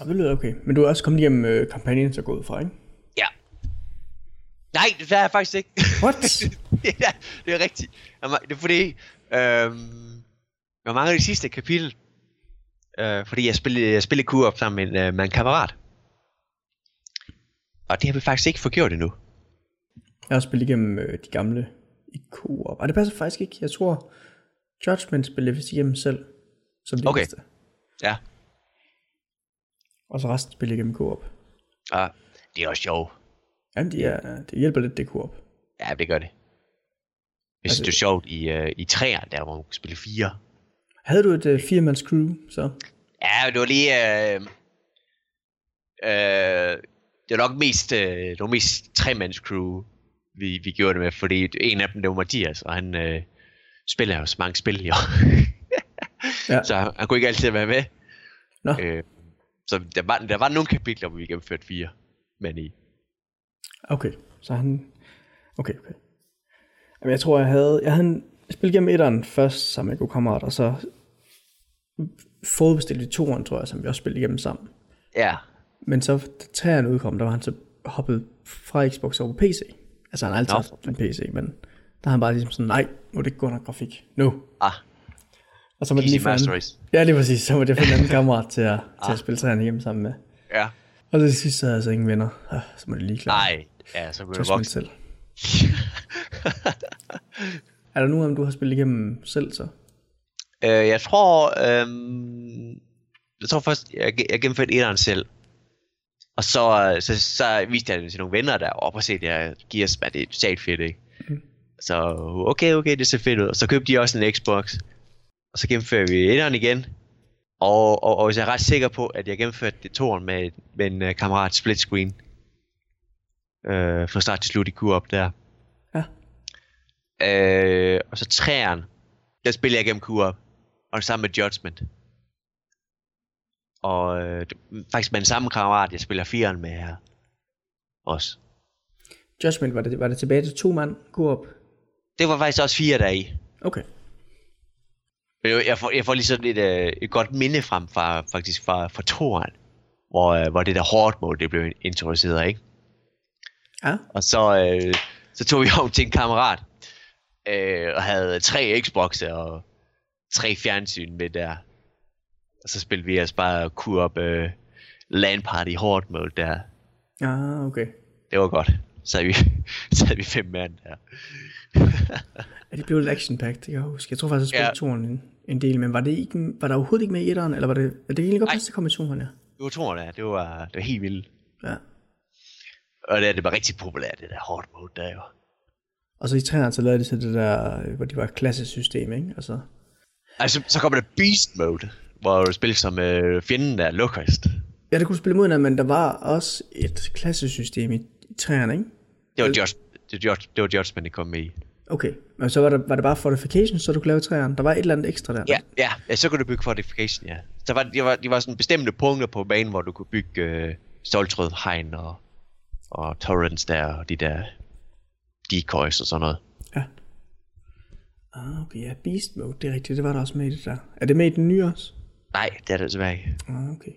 Og det lyder okay. Men du er også kommet igennem øh, kampagnen, så gået fra, ikke?
Ja. Nej, det er jeg faktisk ikke.
What?
ja, det er rigtigt. Jeg ma- Det er fordi, øhm, jeg mangler det sidste kapitel. Øh, fordi jeg spillede, jeg spillede co-op sammen med, en, øh, med en kammerat. Og det har vi faktisk ikke forgjort endnu.
Jeg har også spillet igennem øh, de gamle i co-op. Og det passer faktisk ikke. Jeg tror, Judgment spillede jeg vist igennem selv. Som det
Okay.
eneste.
Ja.
Og så resten spillede jeg igennem co-op.
Og det er også sjovt.
Jamen, det, er, det hjælper lidt, det co-op.
Ja, det gør det. Jeg synes,
Altså-
det er sjovt i, øh, i træer, der hvor man kunne spille fire.
Havde du et øh, firemands crew, så?
Ja, det var lige... Øh, øh, det var nok mest, øh, det var mest tremands crew, vi, vi gjorde det med, fordi en af dem, det var Mathias, og han øh, spiller jo så mange spil,
Ja.
jo. ja. Så han, han kunne ikke altid være med.
Nå.
Øh, så der var, der var nogle kapitler, hvor vi gennemførte fire mand i.
Ah, Okay, så han... Okay, okay. Jamen, jeg tror, jeg havde... Jeg havde en- jeg spillet gennem etteren først sammen med en god kammerat, og så forudbestilte vi toeren, tror jeg, som vi også spillede igennem sammen.
Ja,
Men så, da træerne udkom, der var han så hoppet fra Xbox over på PC. Altså, han har altid
Nå.
haft en PC, men der har han bare ligesom sådan, nej, nu er det ikke god nok grafik. Nu.
ah,
Og så var det
Easy
lige for
Master
en-
Race.
Ja, lige præcis. Så var det for en anden kammerat til at, til
Ah.
at spille træerne igennem sammen med.
ja.
Og så til sidst så havde jeg altså ingen venner. Ah, Så må det lige klare.
Nej, ja, så blev
Du
det
spille
voksen.
selv. er der nogen, af dem, du har spillet igennem selv så?
Øh, jeg tror, øh, jeg tror først, jeg, jeg gennemførte etteren selv. Og så, øh, så, så viste jeg det til nogle venner der, og prøv at se, det her Gears, man, det er totalt fedt, ikke? Så okay, okay, det ser fedt ud. Og så købte de også en Xbox. Og så gennemfører vi etteren igen. Og, og, og jeg er ret sikker på, at jeg gennemførte det toren med, med en uh, kammerat split screen. Øh, fra start til slut i op der.
Ja.
Øh, og så træeren, der spiller jeg gennem Q-Up, og det samme med Judgment. Og øh, det- faktisk med den samme kammerat, jeg spiller firen med her. Også.
Judgment, var det, var det tilbage til to mand, gå op.
Det var faktisk også fire dage i.
Okay.
Men Jeg jeg får, jeg får lige sådan et, øh, et godt minde frem fra, faktisk fra, fra toren, hvor, øh, hvor det der hårdt mode, det blev introduceret, ikke?
Ja,
Og så, øh, så tog vi om til en kammerat, øh, og havde tre Xbox'er og tre fjernsyn med der. Og så spillede vi altså bare kur op øh, LAN party i hårdt mode der.
ah, okay.
Det var godt. Så havde vi, så havde vi fem mand der.
Ja, det blev lidt action-packed, det kan jeg huske. Jeg tror faktisk, jeg
Ja.
spillede ja. toren inden. en del, men var, det ikke, var der overhovedet ikke med i etteren, eller var det, er det egentlig godt
Nej.
plads til kombinationen her?
Det var toren der, det var, det var helt vildt.
Ja.
Og det, det var rigtig populært, det der hard mode der jo.
Og så i 3'eren, så lavede de så det der, øh, hvor de var et klassesystem, ikke? Altså,
Altså, så kommer der beast mode, hvor du spiller som øh, fjenden der, Locust.
ja, det kunne du spille mod hinanden, men der var også et klassesystem i, i 3'eren, ikke?
Det var Judge, det, var Judge, det var Judgment, det kom med i.
Okay, men så var, der, var det bare fortification, så du kunne lave 3'eren. Der var et eller andet ekstra der.
Ja, ja, ja så kunne du bygge fortification, ja. Så var, de, var, de var sådan bestemte punkter på banen, hvor du kunne bygge øh, stoltrød, hegn og, og torrents der, og de der decoys og sådan noget.
ja. Ah, okay, ja, beast mode, det er rigtigt, det var der også med i det der. Er det med i den nye også?
Nej, det er det desværre ikke.
Ah, okay.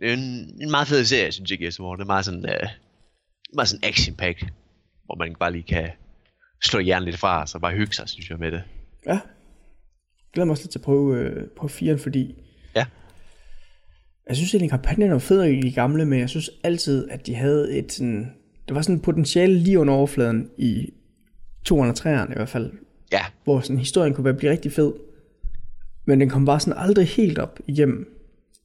Det er en, en meget fed serie, synes jeg, Gears of War. Det er meget sådan, øh, meget sådan action pack, hvor man bare lige kan slå hjernen lidt fra, og så bare hygge sig, synes jeg, med det.
Ja. Jeg glæder mig også lidt til at prøve, øh, prøve 4'eren, fordi
Ja,
Jeg synes egentlig, kampagnen var federe i de gamle, men jeg synes altid, at de havde et sådan... Der var sådan et potentiale lige under overfladen i 203'eren i hvert fald,
ja,
hvor sådan historien kunne være blive rigtig fed. Men den kom bare sådan aldrig helt op igennem.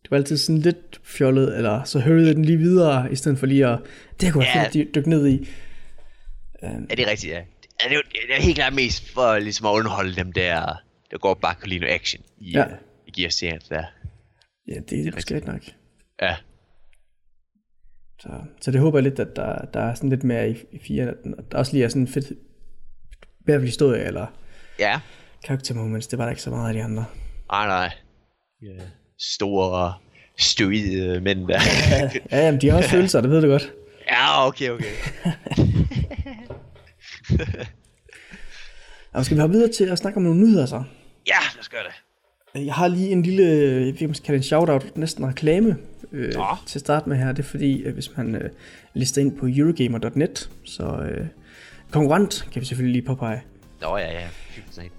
Det var altid sådan lidt fjollet, eller så hørte den lige videre, i stedet for lige at... Det kunne være
Ja.
yeah. fedt at dykke ned i.
Ja, det er rigtigt, ja. Ja, Det er, jo, det er helt klart mest for ligesom at underholde dem der, der går bare kan lide noget action i,
Ja.
ja. i Gears serien der.
Ja, det, det er måske rigtigt nok.
Ja,
Så, så det håber jeg lidt, at der, der er sådan lidt mere i, i 4'eren, at den- at der også lige er sådan en fedt... I hvert fald historie, eller
ja.
character moments, det var der ikke så meget af de andre.
Ej, Ah, nej. Ja. Store, støide mænd der.
Ja, jamen, de har også følelser, det ved du godt.
ja, okay, okay.
Og skal vi hoppe videre til at snakke om nogle nyheder så?
Ja, lad os gøre det.
Jeg har lige en lille, jeg ved måske kalde det en shout-out, næsten reklame øh,
Nå.
til at starte med her. Det er fordi, øh, hvis man øh, lister ind på eurogamer.net, så øh, konkurrent kan vi selvfølgelig lige påpege.
Nå, ja, ja. Fy for satan.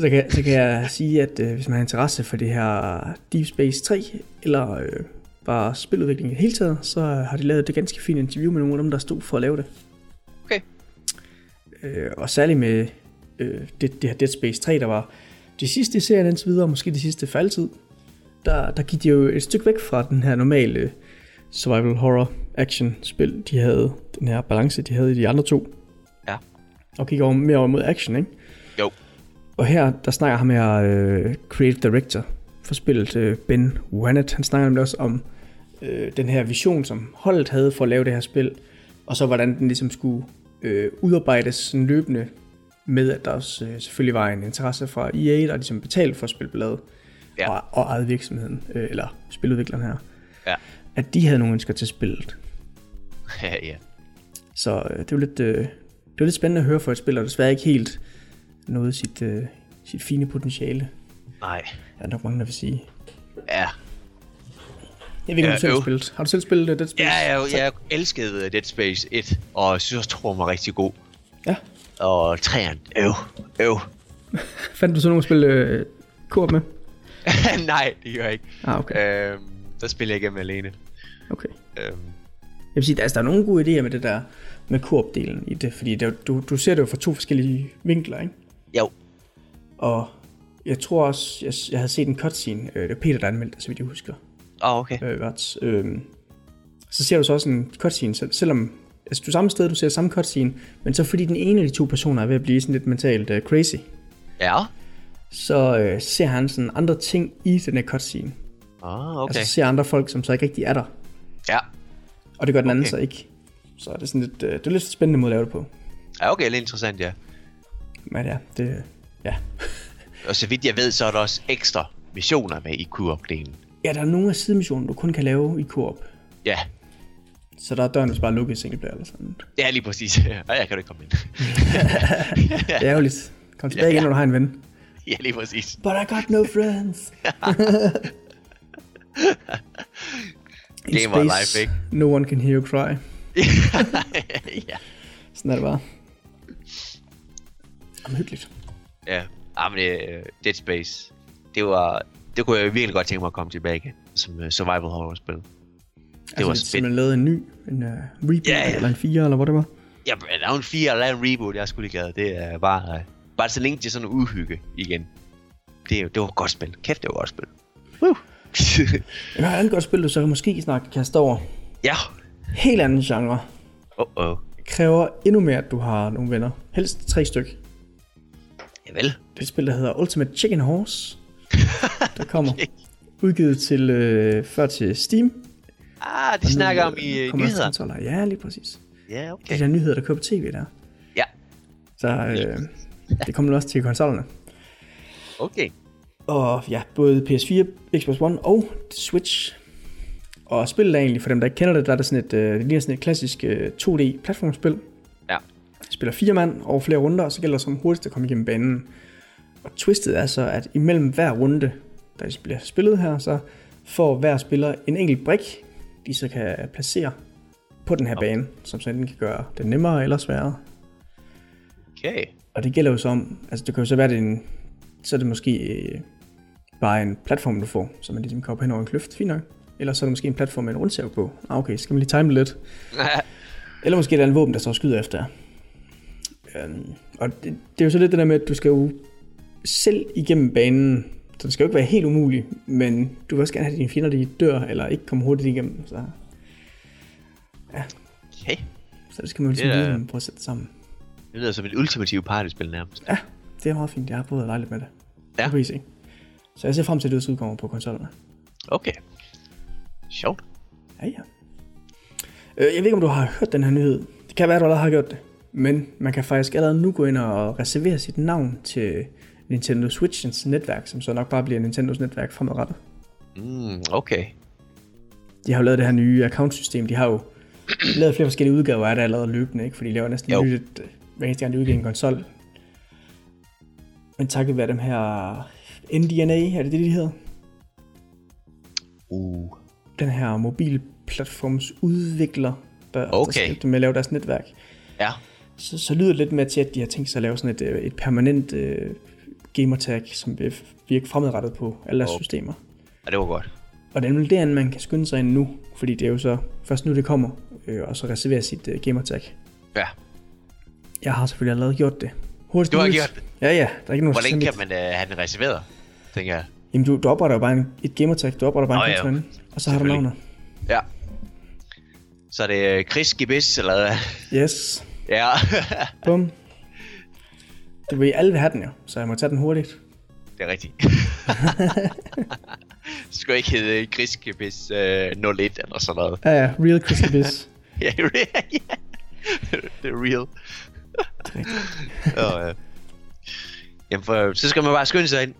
Så kan, så kan jeg sige, at øh, hvis man har interesse for det her Deep Space 3, eller øh, bare spiludviklingen i det hele taget, så øh, har de lavet et ganske fint interview med nogle af dem, der stod for at lave det.
Okay.
Øh, og særligt med øh, det, det her Dead Space 3, der var det sidste i serien indtil videre, måske det sidste for altid, der, der gik de jo et stykke væk fra den her normale øh, survival horror action spil, de havde, den her balance, de havde i de andre to,
Ja.
og gik over, mere over mod action, ikke?
Jo.
Og her, der snakker ham her, øh, creative director for spillet, øh, Ben Wannett, han snakker nemlig også om øh, den her vision, som holdet havde for at lave det her spil, og så hvordan den ligesom skulle øh, udarbejdes sådan løbende, med at der også øh, selvfølgelig var en interesse fra EA, der ligesom betalte for spilbladet,
Ja.
og, og ejede virksomheden, øh, eller spiludvikleren her,
Ja.
at de havde nogle ønsker til spillet.
ja, ja.
Så øh, det var lidt, øh, det var lidt spændende at høre for et spil, og desværre ikke helt nåede sit, øh, sit fine potentiale.
Nej.
Der er nok mange, der vil sige.
Ja.
Jeg ved ikke, om
Ja,
du selv har
øv.
spillet. Har du selv spillet uh, Dead Space?
Ja, jeg, jeg elskede uh, Dead Space 1, og synes også, tror var rigtig god.
ja.
Og 3'eren, øv, øv.
Fandt du så nogen at spille øh, koop med?
nej, det gør jeg ikke.
Ah, okay.
Øhm, der spiller jeg igennem alene.
okay.
Øhm,
Jeg vil sige, der, altså, der er nogle gode idéer med det der med koop-delen i det, fordi det, er jo- du, du ser det jo fra to forskellige vinkler, ikke?
jo,
Og jeg tror også, jeg, jeg havde set en cutscene, øh, det var Peter, der anmeldte det, så vidt jeg husker.
Åh, oh, okay.
øh, værts. Øh, så ser du så også en cutscene, selv, selvom altså, du er samme sted, du ser samme cutscene, men så fordi den ene af de to personer er ved at blive sådan lidt mentalt øh, crazy,
Ja.
så øh, ser han sådan andre ting i den her cutscene. Okay.
Ah, okay.
Altså ser andre folk, som så ikke rigtig er der,
ja.
og det gør den anden
Okay.
så ikke. Så er det sådan lidt, øh, det er lidt spændende måde at lave det på.
ja, okay, lidt interessant, ja.
Men ja, det, øh, ja.
Og så vidt jeg ved, så er der også ekstra missioner med i Q-opdelen.
ja, der er nogle af sidemissionen, du kun kan lave i koop.
Ja,
Så der er døren, hvis bare lukket i singleplayer eller sådan.
det er lige præcis. Og jeg kan du ikke komme ind.
Ja. Det er jo lidt. Kom tilbage igen,
ja.
når du har en ven.
ja, lige præcis.
But I got no friends. In
Game or life, ikke?
no one can hear you cry.
ja.
Sådan er det bare. Jamen, hyggeligt.
ja. Ah, men det, Dead Space, det var... Det kunne jeg virkelig godt tænke mig at komme tilbage som øh, survival horror-spil.
Det
var
altså,
fedt.
man lavede en ny, en uh, reboot
Ja, ja.
eller en 4, eller hvad det var.
Ja, men der er jo en 4 eller en reboot, jeg er sgu ligeglad. Det er bare... øh, Bare så længe det er sådan en uhygge igen. det, er jo- det var et godt spil. Kæft, det var et godt spil.
Woo. Jeg har et godt spil, du så måske snart kan kaste over.
ja.
Helt anden genre.
Åh, oh, oh.
Kræver endnu mere, at du har nogle venner. Helst tre styk.
Javel.
Det er et spil, der hedder Ultimate Chicken Horse. Der kommer. Udgivet til, øh, før til Steam.
Ah, de snakker om i øh,
Kommer også til
nyheder.
konsoller. Ja, lige præcis.
Ja,
Det er
okay.
de der nyheder, der kører på tv der.
Ja,
Så øh, det kommer nu også til konsollerne.
okay.
Og ja, både PS4, Xbox One og Switch. Og spillet er egentlig, for dem der ikke kender det, der er det sådan et, øh, det ligner sådan et klassisk øh, 2D platformspil.
Ja.
spiller fire mand over flere runder, og så gælder det som hurtigst at komme igennem banen. Og twistet er så, at imellem hver runde, der ligesom bliver spillet her, så får hver spiller en enkelt brik, de så kan placere på den her bane, som så enten kan gøre det nemmere eller sværere.
Okay.
Og det gælder jo så om, altså det kan jo så være, det er en, så er det måske øh, bare en platform, du får, så man ligesom kan hoppe hen over en kløft, fint nok. Eller så er det måske en platform med en rundsav på. Ah, okay, skal man lige time det lidt. Eller måske et eller andet våben, der står og skyder efter jer. Øhm, og det, det er jo så lidt det der med, at du skal jo selv igennem banen. Så det skal jo ikke være helt umuligt, men du vil også gerne have at dine fjender, de dør, eller ikke kommer hurtigt igennem. Så,
okay.
så det skal man jo ligesom
Det er-
yeah. prøve at sætte sammen.
Det lyder som et ultimativt partyspil nærmest.
Ja, det er meget fint. Jeg har prøvet at lege lidt med det.
Ja.
På PC. Så jeg ser frem til, at det også udkommer på konsollerne.
Okay. Sjovt.
Ja, ja. Øh, Jeg ved ikke, om du har hørt den her nyhed. Det kan være, at du allerede har gjort det. Men man kan faktisk allerede nu gå ind og reservere sit navn til Nintendo Switchens netværk, som så nok bare bliver Nintendos netværk fremadrettet.
Mm, okay.
De har jo lavet det her nye account-system. De har jo lavet flere forskellige udgaver af det allerede løbende, ikke? fordi de laver næsten
Jo.
jo. nyt, øh, hver eneste gang de udgiver en konsol. Men takket være dem her NDNA, er det det, de hedder?
Uh.
Den her mobilplatforms udvikler, der, der
Okay.
skal hjælpe dem med at lave deres netværk.
Ja.
så, så lyder det lidt mere til, at de har tænkt sig at lave sådan et, øh, et permanent øh, gamertag, som vil virke fremadrettet på alle deres
Okay.
systemer.
ja, det var godt.
Og det er nemlig derinde, man kan skynde sig ind nu, fordi det er jo så først nu, det kommer, øh, og så reservere sit øh, gamertag.
Ja.
Jeg har selvfølgelig allerede gjort det. Hurtigt
Du har
muligt.
gjort det?
Ja, ja. Der er ikke nogen
Hvor længe
sandwich.
kan man øh, have den reserveret, tænker jeg.
Jamen, du, du opretter jo bare en, et gamertag, du opretter bare
Nå,
en
ja,
konto inde, og så har du
selvfølgelig.
navnet.
Ja. Så er det øh, Chris Gibis, eller hvad?
Yes.
Ja.
Bum. Det vil alle vil have den jo, så jeg må tage den hurtigt.
det er rigtigt. Det skulle ikke hedde Chris Gibis øh, 01 eller sådan noget.
Ja, ja. Real Crystal Biz.
Ja, ja. det er real. og, øh, jamen, for, så skal man bare skynde sig ind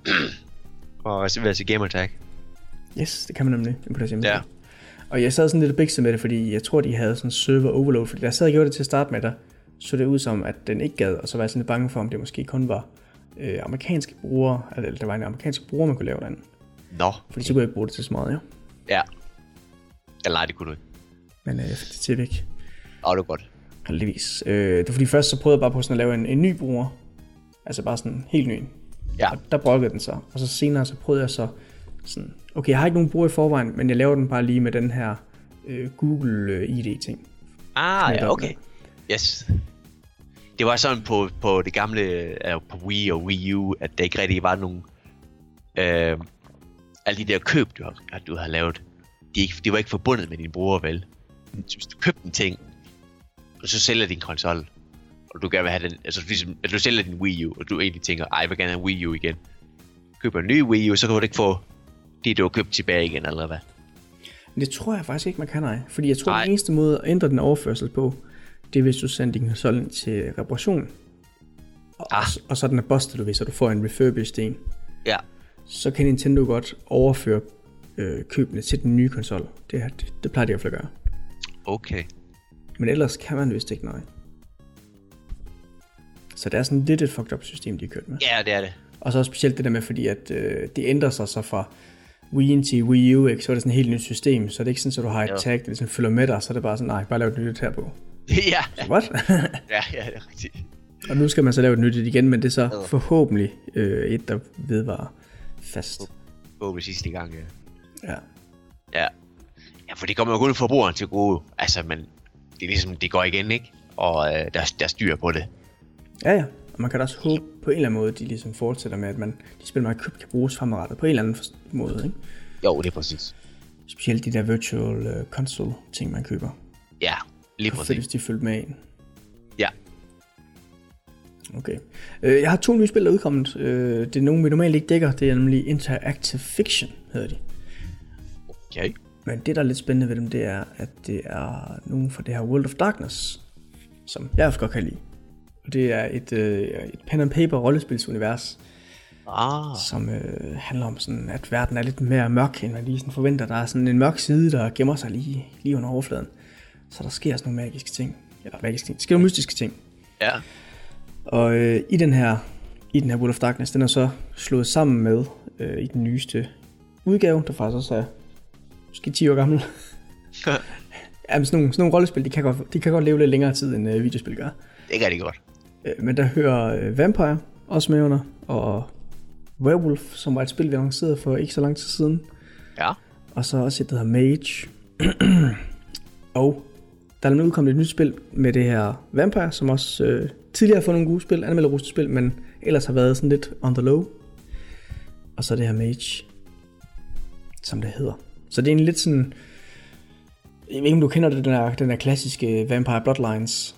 og reservere sig gamertag.
Yes, det kan man nemlig inde på deres hjemmeside.
Ja.
Ja. Og jeg sad sådan lidt og bikset med det, fordi jeg tror, de havde sådan server overload, fordi da jeg sad og gjorde det til at starte med, der så det ud som, at den ikke gad, og så var jeg sådan lidt bange for, om det måske kun var øh, amerikanske brugere, eller, eller der var en amerikansk bruger, man kunne lave den.
Nå,
Fordi så kunne jeg ikke bruge det til så meget, jo.
ja. Eller nej, det kunne du ikke.
Men øh, jeg fik det til væk,
Åh, det var godt.
heldigvis. Øh, det var fordi først så prøvede jeg bare på sådan at lave en, en ny bruger, altså bare sådan en helt ny en.
Ja,
Og der brokkede den så. Og så senere så prøvede jeg så sådan, okay, jeg har ikke nogen bruger i forvejen, men jeg laver den bare lige med den her øh, Google øh, ID-ting.
Ah,
Netop,
ja, okay. Yes. Det var sådan på, på det gamle, øh, på Wii og Wii U, at der ikke rigtig var nogen... Øh, alle de der køb, du har, at du har lavet, de, er ikke, de var ikke forbundet med din bruger, vel? Så Hvis du købte en ting, og så sælger din konsol, og du gerne vil have den, altså ligesom, at du sælger din Wii U, og du egentlig tænker, ej, jeg vil gerne have en Wii U igen. Køber en ny Wii U, så kan du ikke få det, du har købt tilbage igen, eller hvad?
Men Det tror jeg faktisk ikke, man kan, nej. Fordi jeg tror,
Nej.
den eneste måde at ændre den overførsel på, det er, hvis du sender din konsol ind til reparation. Og,
Ah.
og så den er busted, du ved, så du får en refurbished en.
Ja,
Så kan Nintendo godt overføre øh, købene til den nye konsol. Det, det, det plejer de i hvert fald at gøre.
okay.
Men ellers kan man vist ikke, nej. Så det er sådan lidt et fucked up system, de har kørt med.
Ja, det er det.
Og så også specielt det der med, fordi at øh, det ændrer sig så fra Wii'en til Wii U, ikke? så er det sådan et helt nyt system, så er det ikke sådan, at du har et
Jo.
tag, der ligesom følger med dig, så er det bare sådan, nej, bare lav et nyt her på.
ja,
What?
ja, ja, det er rigtigt.
og nu skal man så lave et nyt igen, men det er så forhåbentlig øh, et, der vedvarer fast.
Forhåbentlig sidste gang, ja.
Ja.
ja. Ja, for det kommer jo kun forbrugeren til gode. Altså, men det er ligesom, det går igen, ikke? Og øh, der, der er styr på det.
ja, ja. Og man kan da også håbe på en eller anden måde, de ligesom fortsætter med, at man, de spil, man har købt, kan bruges fremadrettet på en eller anden forst- måde. Ikke?
Jo, det er præcis.
Specielt de der virtual øh, console ting, man køber.
Ja, lige
Det er fedt, hvis
præcis.
de følger med ind.
Ja.
Okay. Øh, jeg har to nye spil, der er udkommet. Øh, det er nogle, vi normalt ikke dækker. Det er nemlig Interactive Fiction, hedder de.
Okay.
Men det, der er lidt spændende ved dem, det er, at det er nogen fra det her World of Darkness, som jeg også godt kan lide. Og det er et, øh, et pen and paper rollespilsunivers,
Ah,
som øh, handler om sådan, at verden er lidt mere mørk, end man lige sådan forventer. Der er sådan en mørk side, der gemmer sig lige, lige under overfladen. Så der sker sådan nogle magiske ting. Eller magiske ting. Der sker nogle mystiske ting.
ja.
Og øh, i den her i den her World of Darkness, den er så slået sammen med øh, i den nyeste udgave, der faktisk også er måske 10 år gammel. Jamen, sådan nogle, sådan nogle rollespil, de kan, godt, de kan godt leve lidt længere tid, end øh, videospil gør.
det gør det godt.
Øh, men der hører øh, Vampire også med under, og Werewolf, som var et spil, vi lancerede for ikke så lang tid siden.
Ja.
Og så også et, der hedder Mage. og der er nemlig udkommet et nyt spil med det her Vampire, som også øh, tidligere har fået nogle gode spil, anmelderroste spil, men ellers har været sådan lidt on the low. Og så det her Mage, som det hedder. Så det er en lidt sådan... Jeg ved ikke, om du kender det, den her, den her klassiske Vampire Bloodlines.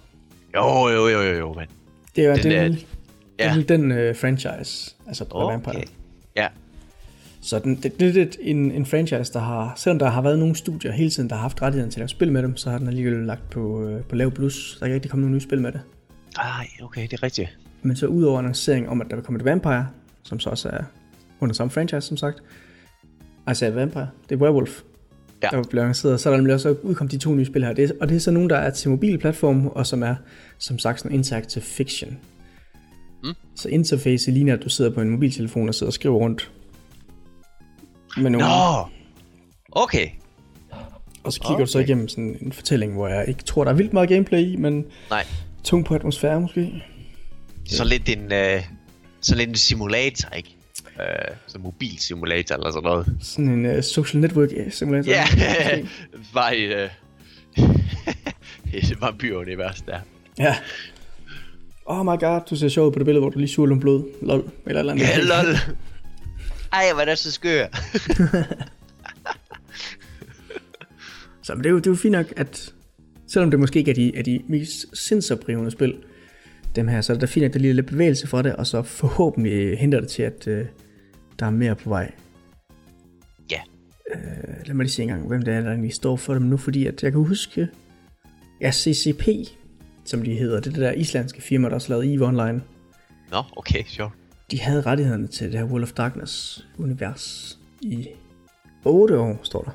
Jo, jo, jo, jo, jo, men.
Det er den,
Den
det er,
der-
nemlig- det
ja.
er, ja. den øh, franchise, altså okay. Vampire.
Okay. Ja,
Så den, det, det er lidt en, en franchise, der har, selvom der har været nogle studier hele tiden, der har haft rettigheden til at lave spil med dem, så har den alligevel lagt på, øh, på lav plus. Der kan ikke komme nogen nye spil med det.
Ej, okay, det er rigtigt.
Men så udover annonceringen om, at der vil komme et Vampire, som så også er under samme franchise, som sagt. Altså et Vampire, det er Werewolf,
Ja.
der blev annonceret. Så er der nemlig også udkommet de to nye spil her. Det er, og det er så nogle, der er til mobile platform, og som er, som sagt, sådan interactive fiction.
Mm.
Så interface ligner, at du sidder på en mobiltelefon og sidder og skriver rundt. Med nogle,
Nå! Mm-hmm. Okay.
Og så kigger okay.
Ah, Okay.
du så igennem sådan en fortælling, hvor jeg ikke tror, der er vildt meget gameplay i, men
Nej,
tung på atmosfære måske.
det er sådan lidt en, øh, sådan lidt en simulator, ikke? Øh, sådan en mobilsimulator eller sådan noget.
Sådan en uh, social network øh, simulator.
Ja,
måske.
var i øh, et vampyrunivers der.
ja. Oh my god, du ser sjov ud på det billede, hvor du lige suger lidt blod. Lol. Eller et eller andet.
Ja, lol. Ej, hvor er det så skør.
Så men det, er jo, det er jo fint nok, at selvom det måske ikke er de, er de mest sindsoprivende spil, dem her, så er det da fint, at der lige er lidt bevægelse fra det, og så forhåbentlig henter det til, at øh, der er mere på vej.
Ja.
Øh, lad mig lige se engang, hvem det er, der egentlig står for dem nu, fordi at jeg kan huske, ja, CCP, som de hedder, det er det der islandske firma, der også lavede EVE Online,
Nå, okay, sjovt.
de havde rettighederne til det her World of Darkness univers i 8 år, står der.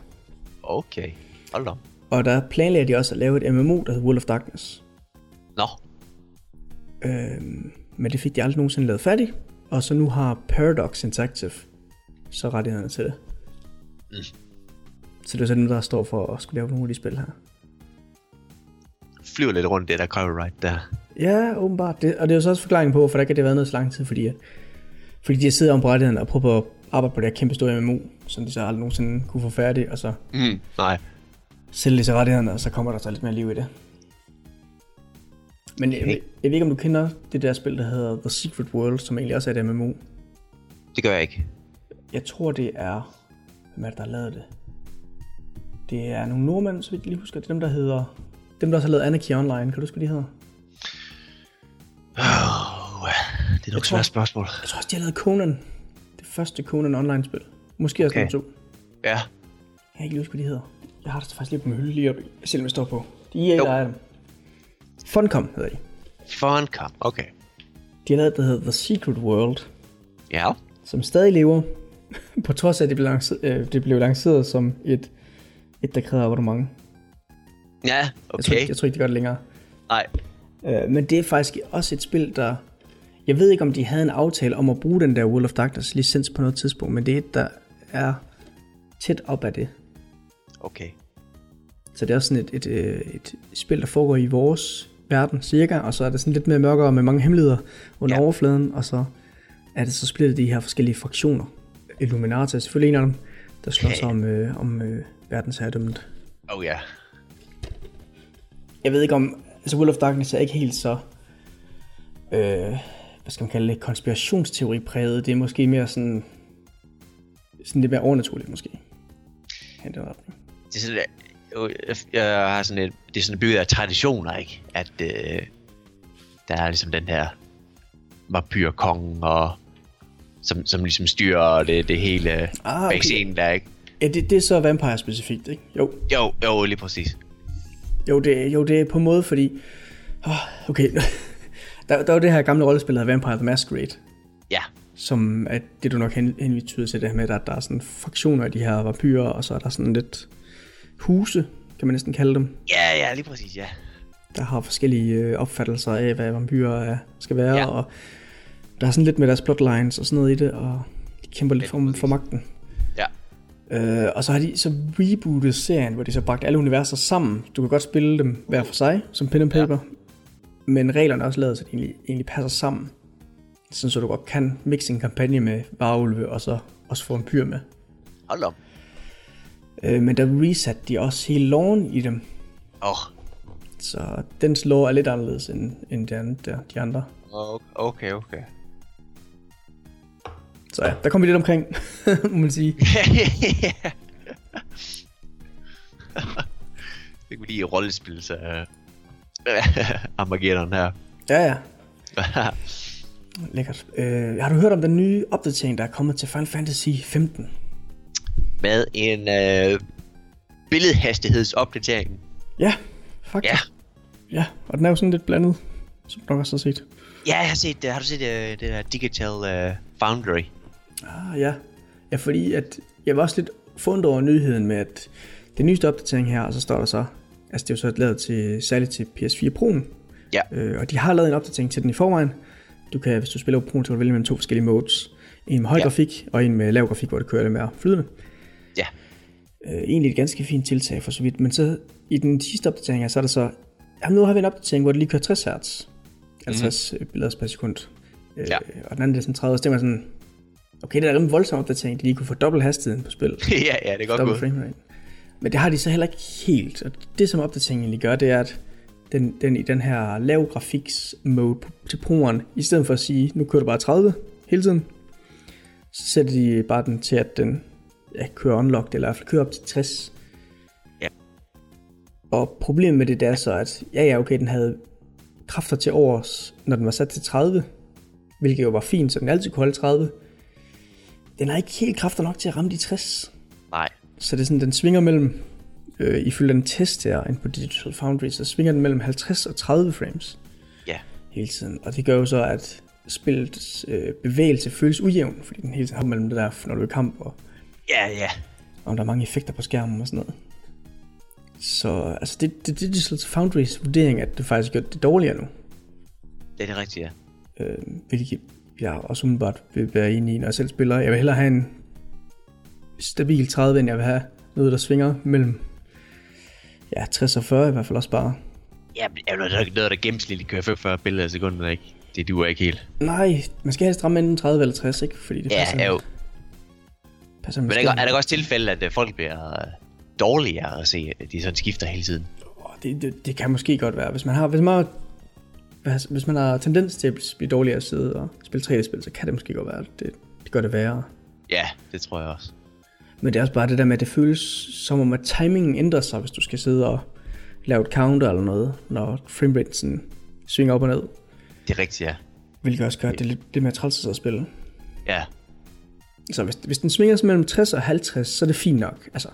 Okay, hold da. op.
Og der planlagde de også at lave et MMO, der hed World of Darkness.
Nå,
Øhm, men det fik de aldrig nogensinde lavet færdigt. Og så nu har Paradox Interactive så rettighederne til det. Så det er så dem, der står for at skulle lave nogle af de spil her.
flyver lidt rundt det der copyright der.
Ja, åbenbart. Det, og det er jo så også forklaringen på, hvorfor der ikke har været noget så lang tid, fordi, at- fordi de har siddet om på rettighederne og prøvet at arbejde på det her kæmpe store MMO, som de så aldrig nogensinde kunne få færdigt, og så
Mm, nej.
sælger de så rettighederne, og så kommer der så lidt mere liv i det. Men jeg,
Okay.
jeg ved ikke, om du kender det der spil, der hedder The Secret World, som egentlig også er et MMO.
Det gør jeg ikke.
Jeg tror, det er... Hvem er det, der har lavet det? Det er nogle nordmænd, så vidt jeg lige husker. Det er dem, der hedder... Dem, der også har lavet Anarchy Online. Kan du huske, hvad de hedder?
Oh, det er
tror-
nogle svære spørgsmål.
Jeg tror også, de har lavet Conan. Det første Conan Online-spil. Måske også
Okay.
okay. to.
Ja,
Jeg kan ikke lige huske, hvad de hedder. Jeg har det faktisk lige på min hylde lige oppe, selvom jeg står på. De er EA,
Jo.
der ejer dem. Funcom hedder de.
Funcom, okay.
De har lavet, det der hedder The Secret World,
Ja,
som stadig lever, på trods af, at det blev lanceret, øh, det blev lanceret som et, et der kræver abonnement.
ja,
Jeg, tror,
okay.
ikke, jeg tror ikke, de gør det længere.
Nej,
Øh, men det er faktisk også et spil, der... Jeg ved ikke, om de havde en aftale om at bruge den der World of Darkness licens på noget tidspunkt, men det er et, der er tæt op af det.
okay.
Så det er også sådan et, et, øh, et spil, der foregår i vores verden cirka, og så er det sådan lidt mere mørkere med mange hemmeligheder under ja.
Ja.
overfladen, og så er det så splittet i de her forskellige fraktioner. Illuminata er selvfølgelig en af dem, der slår sig om, øh, om øh, verdensherredømmet.
Oh ja.
jeg ved ikke om, altså World of Darkness er ikke helt så øh, hvad skal man kalde det, konspirationsteori præget. Det er måske mere sådan, sådan lidt mere overnaturligt måske. Ja, det var
Det er sådan, øh, jeg, jeg har sådan et, det er sådan bygget af traditioner, ikke? At øh, der er ligesom den her vampyrkongen, og som, som ligesom styrer det, det hele
Ah,
ah,
okay.
okay. scenen der, ikke?
ja det, det, er så vampire specifikt, ikke? Jo,
Jo, jo, lige præcis.
jo det, er- jo, det er på en måde, fordi... Oh, okay, der, der var det her gamle rollespil, der hedder Vampire the Masquerade,
Ja,
som er det, du nok hen- henviser til det her med, at der er sådan fraktioner af de her vampyrer, og så er der sådan lidt huse, kan man næsten kalde dem,
ja, ja, lige præcis, ja.
der har forskellige øh, opfattelser af, hvad vampyrer er, skal være, ja.
Ja.
og der er sådan lidt med deres plotlines og sådan noget i det, og de kæmper lidt for, for magten.
Ja,
Øh, og så har de så rebootet serien, hvor de så bragt alle universer sammen. Du kan godt spille dem hver for sig, som pen and paper, ja. men reglerne er også lavet, så de egentlig, egentlig passer sammen. Sådan så du godt kan mixe en kampagne med varulve, og så også få en pyr med.
hold op.
Øh, men der resatte de også hele loven i dem,
Åh,
så dens lore er lidt anderledes end, end de andre- der- de andre.
oh, okay, okay.
Så ja, der kom vi lidt omkring, må man sige.
det kunne lige rollespil, så øh, Armageddon her.
Ja, ja. Lækkert. Øh, har du hørt om den nye opdatering, der er kommet til Final Fantasy 15?
Med en øh, billedhastighedsopdatering.
Ja, faktisk.
Ja.
Ja, og den er jo sådan lidt blandet, som du nok også har set.
Ja, jeg har set, øh, har du set øh, det der Digital øh, Foundry?
Ah, ja. Ja, fordi at jeg var også lidt fundet over nyheden med, at den nyeste opdatering her, og så står der så, altså det er jo så lavet til, særligt til PS4 Pro'en,
Ja.
øh, og de har lavet en opdatering til den i forvejen. Du kan, hvis du spiller på Pro'en, så kan du vælge mellem to forskellige modes. En med høj ja.
Ja.
grafik, og en med lav grafik, hvor det kører lidt mere flydende.
Ja.
øh, egentlig et ganske fint tiltag for så vidt, men så i den sidste opdatering her, så er der så, jamen nu har vi en opdatering, hvor det lige kører 60 Hz, 50 mm-hmm. billeder per sekund, øh,
Mhm. Ja.
og den anden det er sådan 30, så tænker man sådan, okay, det er da en rimelig voldsom opdatering, de lige kunne få dobbelt hastigheden på spil,
ja, ja, det er godt
dobbelt
gået.
frame rate. Men det har de så heller ikke helt, og det som opdateringen egentlig gør, det er, at den, den i den her lav grafiks mode på- til brugeren, i stedet for at sige, nu kører du bare 30 hele tiden, så sætter de bare den til, at den ja, kører unlocked, eller i hvert fald kører op til 60.
Ja.
Og problemet med det, det er så, at ja, ja, okay, den havde kræfter til overs, når den var sat til 30, hvilket jo var fint, så den altid kunne holde 30. Den har ikke helt kræfter nok til at ramme de 60.
Nej.
Så det er sådan, den svinger mellem, øh, ifølge den test her inde på Digital Foundry, så svinger den mellem 50 og 30 frames
Ja.
hele tiden. Og det gør jo så, at spillets øh, bevægelse føles ujævn, fordi den hele tiden hopper mellem det der, når du er i kamp, og
Ja, ja.
om der er mange effekter på skærmen og sådan noget. Så altså, det, det er Digital Foundrys vurdering, at det faktisk gør det dårligere nu.
Det er det rigtige, ja.
Øh, hvilket jeg også umiddelbart vil være enig i, når jeg selv spiller. Jeg vil hellere have en stabil 30, end jeg vil have noget, der svinger mellem ja, 60 og 40 i hvert fald også bare.
Ja, men er der ikke noget, der gennemsnitligt kører 45 billeder i sekundet, ikke? Det duer ikke helt. Altså,
Nej, man skal helst ramme enten 30 eller 60, ikke? Fordi det
Ja,
passer,
jo.
passer
Men er der, er der også tilfælde, at øh, folk bliver øh, dårligere at se, at de sådan skifter hele tiden?
Åh, det, det, det, kan måske godt være. Hvis man har, hvis man har, hvad- hvis man har tendens til at blive dårligere at sidde og spille 3D-spil, så kan det måske godt være, at det, det gør det værre.
Ja, det tror jeg også.
Men det er også bare det der med, at det føles som om, at timingen ændrer sig, hvis du skal sidde og lave et counter eller noget, når frameraten sådan svinger op og ned.
Det er rigtigt, ja.
Hvilket også gør, at det er lidt, lidt mere træls at sidde og spille.
Ja,
Så hvis, hvis den svinger sig mellem 60 og 50, så er det fint nok. Altså,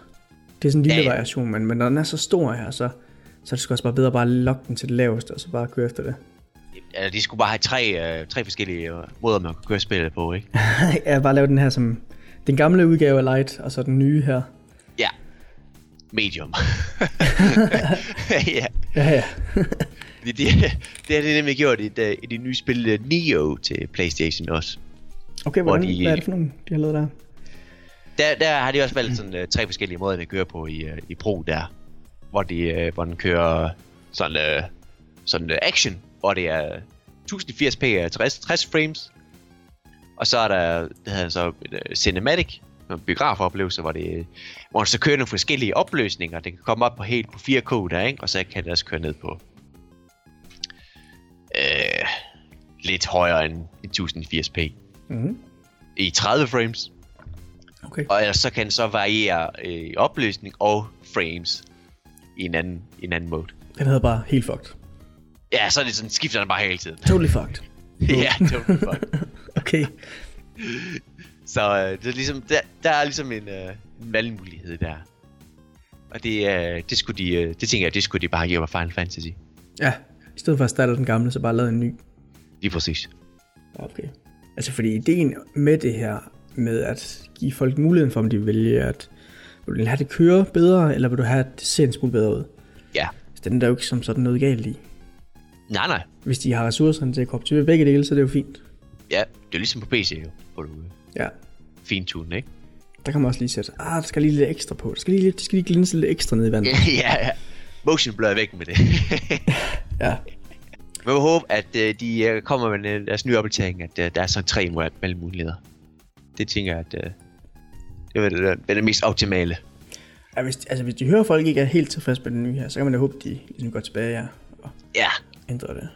det er sådan en lille
Ja, ja.
variation, men, men når den er så stor her, så, så er det sgu også bare bedre at bare lokke den til det laveste, og så bare køre efter det.
altså, de skulle bare have tre, øh, tre forskellige øh, måder, man kunne køre spillet på, ikke?
jeg bare lave den her som den gamle udgave af Light, og så den nye her.
Ja. Medium. ja.
Ja, ja.
Det, det, det har de nemlig gjort i, det, i det nye spil øh, Neo til Playstation også.
Okay, hvordan,
de-
hvad er det for nogen, de har lavet der?
Der, der har de også valgt sådan, øh, tre forskellige måder, at køre på i, øh, i Pro der. Hvor, de, øh, hvor den kører sådan, øh, sådan øh, action, hvor det er 1080p er 60, 60 frames. Og så er der det hedder så, øh, cinematic, en biografoplevelse, hvor, det, øh, hvor den så kører nogle forskellige opløsninger. Den kan komme op på helt på 4K der, ikke? og så kan den også køre ned på øh, lidt højere end 1080p
Mm-hmm.
i 30 frames.
Okay.
Og ellers så kan den så variere øh, opløsning og frames i en anden, i en anden mode.
Den hedder bare helt fucked.
Ja, så er det sådan, skifter den bare hele tiden.
Totally fucked.
ja, totally fucked.
Okay.
Så øh, det er ligesom, der, der er ligesom en, øh, en valgmulighed der. Og det, øh, det, skulle de, øh, det tænker jeg, det skulle de bare give mig Final Fantasy.
Ja, i stedet for at starte den gamle, så bare lave en ny.
Lige præcis.
Okay. Altså fordi ideen med det her, med at give folk muligheden for, om de vælger at, vil du have det køre bedre, eller vil du have, at det ser en smule bedre ud?
Ja.
Så den er der jo ikke som sådan noget galt i.
Nej, nej.
Hvis de har ressourcerne til at kunne optimere begge dele, så er det jo fint.
Ja, det er ligesom på PC jo, hvor du øh,
Ja,
fintune, ikke?
der kan man også lige sætte, ah, der skal lige lidt ekstra på, der skal lige, lidt- det skal lige glinse lidt ekstra ned i vandet.
ja, ja. Motion blur er væk med det.
Ja,
Men jeg håber, at øh, de øh, kommer med øh, deres nye opdatering, at øh, der er sådan tre mu- valgmuligheder. Det tænker jeg, at øh, det vil være det, det mest optimale.
ja hvis, altså hvis de hører, at folk ikke er helt tilfredse med den nye her, så kan man da håbe, de ligesom går tilbage her og
Ja.
ændrer det.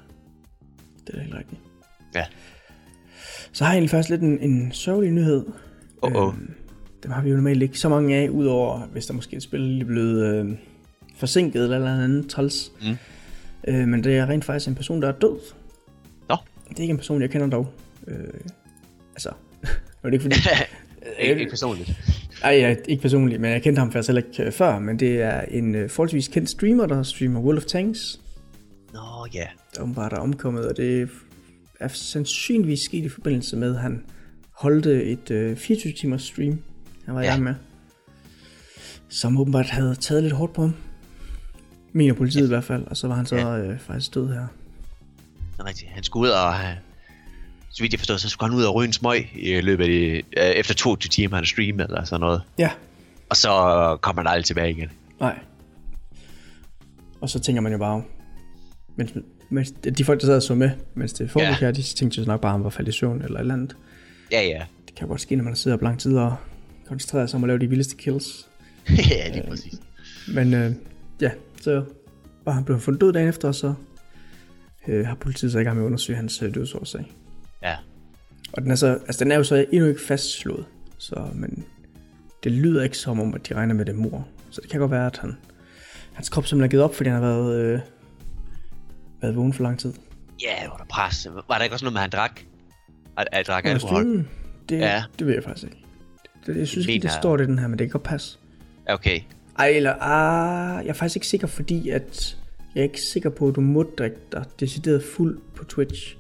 Det er da helt rigtigt.
Ja.
Så har jeg egentlig først lidt en, en sørgelig nyhed.
Åh, åh.
Øhm, dem har vi jo normalt ikke så mange af, udover hvis der måske er et spil lige blevet øh, forsinket eller noget andet træls.
Mm.
Øh, men det er rent faktisk en person, der er død.
Nå.
Det er ikke en person, jeg kender dog. Øh, altså, nu er det ikke fordi...
ikke, ikke personligt.
Ej, jeg, ikke personligt, men jeg kendte ham faktisk heller ikke øh, før. Men det er en øh, forholdsvis kendt streamer, der streamer World of Tanks.
Nå, ja.
der åbenbart er omkommet, og det er sandsynligvis sket i forbindelse med, at han holdt et øh, 24 timers stream, han var i
Ja.
gang med, som åbenbart havde taget lidt hårdt på ham. Mener politiet i hvert fald, og så var han så
Ja.
øh, faktisk død her.
Det er rigtigt. Han skulle ud og... øh, Så vidt jeg forstod, så skulle han ud og ryge en smøg i løbet af de, øh, efter 22 timer, han streamede eller sådan noget.
Ja,
Og så kom han aldrig tilbage igen.
nej. Og så tænker man jo bare, mens, mens de folk, der sad og så med, mens det foregik
Ja.
her, de tænkte jo nok bare, at han var faldet i søvn eller et eller andet.
Ja, ja.
Det kan jo godt ske, når man sidder på lang tid og koncentrerer sig om at lave de vildeste kills.
ja, lige præcis.
Men øh, ja, så var han blevet fundet død dagen efter, og så øh, har politiet så i gang med at undersøge hans øh, dødsårsag.
Ja.
Og den er, så, altså, den er jo så endnu ikke fastslået, så, men det lyder ikke som om, at de regner med det er mor. Så det kan godt være, at han, hans krop simpelthen er givet op, fordi han har været, øh, været vågen for lang tid.
Ja, under pres. Var der ikke også noget med, at han drak? At, at drak
Og
alkohol?
stuen, det, ja.
Ja.
det ved jeg faktisk ikke. Det, jeg synes
Det
ikke, det
mener-
står det i den her, men det kan godt passe.
Ja, Okay.
Ej, eller ah, jeg er faktisk ikke sikker, fordi at jeg er ikke sikker på, at du må drikke dig decideret fuld på Twitch.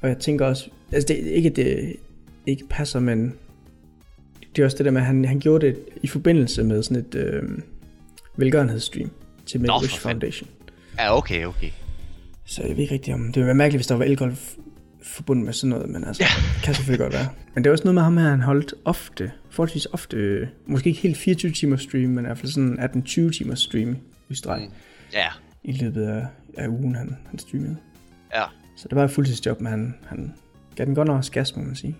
Og jeg tænker også, altså det, ikke at det ikke passer, men det er også det der med, at han, han gjorde det i forbindelse med sådan et øh, velgørenhedsstream til
for
Make-A-Wish
fanden.
Foundation.
Ja, okay, okay.
Så jeg ved ikke rigtigt om, det ville være mærkeligt, hvis der var alkohol f- forbundet med sådan noget, men altså, det kan selvfølgelig godt være. Men det er også noget med ham her, han holdt ofte, forholdsvis ofte, øh, måske ikke helt 24 timer stream, men i hvert fald sådan 18-20 timer stream i streg, mm.
Ja,
i løbet af, af ugen, han, han streamede.
ja.
Så det var et fuldtidsjob, men han, han gav den godt nok også gas, må man sige.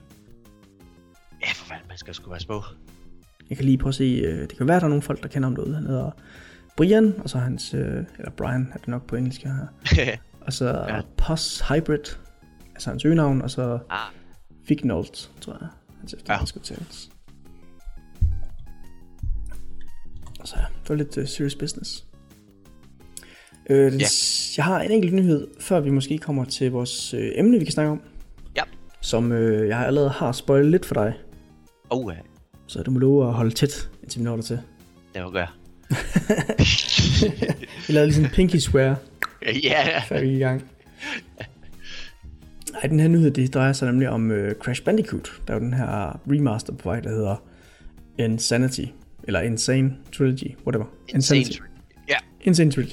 Ja, for fanden, man skal sgu være på.
Jeg kan lige prøve at se, øh, det kan være, der er nogle folk, der kender ham derude. Han hedder Brian, og så hans, øh, eller Brian er det nok på engelsk her. Og så ja.
Ja.
Pos Hybrid, altså hans øgenavn, og så
ah,
Vignolt, tror jeg. Hans efternavn
Ja.
skal udtales. Så ja, det var lidt uh, serious business. Øh, den,
Ja.
s- Jeg har en enkelt nyhed, før vi måske kommer til vores øh, emne, vi kan snakke om,
ja.
som øh, jeg allerede har spoilet lidt for dig,
Oh, ja.
så du må love at holde tæt, indtil vi når dig til.
Det var godt.
Vi lavede ligesom en pinky swear,
Ja,
før vi gik i gang. Nej, den her nyhed, det drejer sig nemlig om øh, Crash Bandicoot. Der er jo den her remaster på vej, der hedder Insanity. Eller Insane Trilogy, whatever.
insane. Ja,
Insane Trilogy.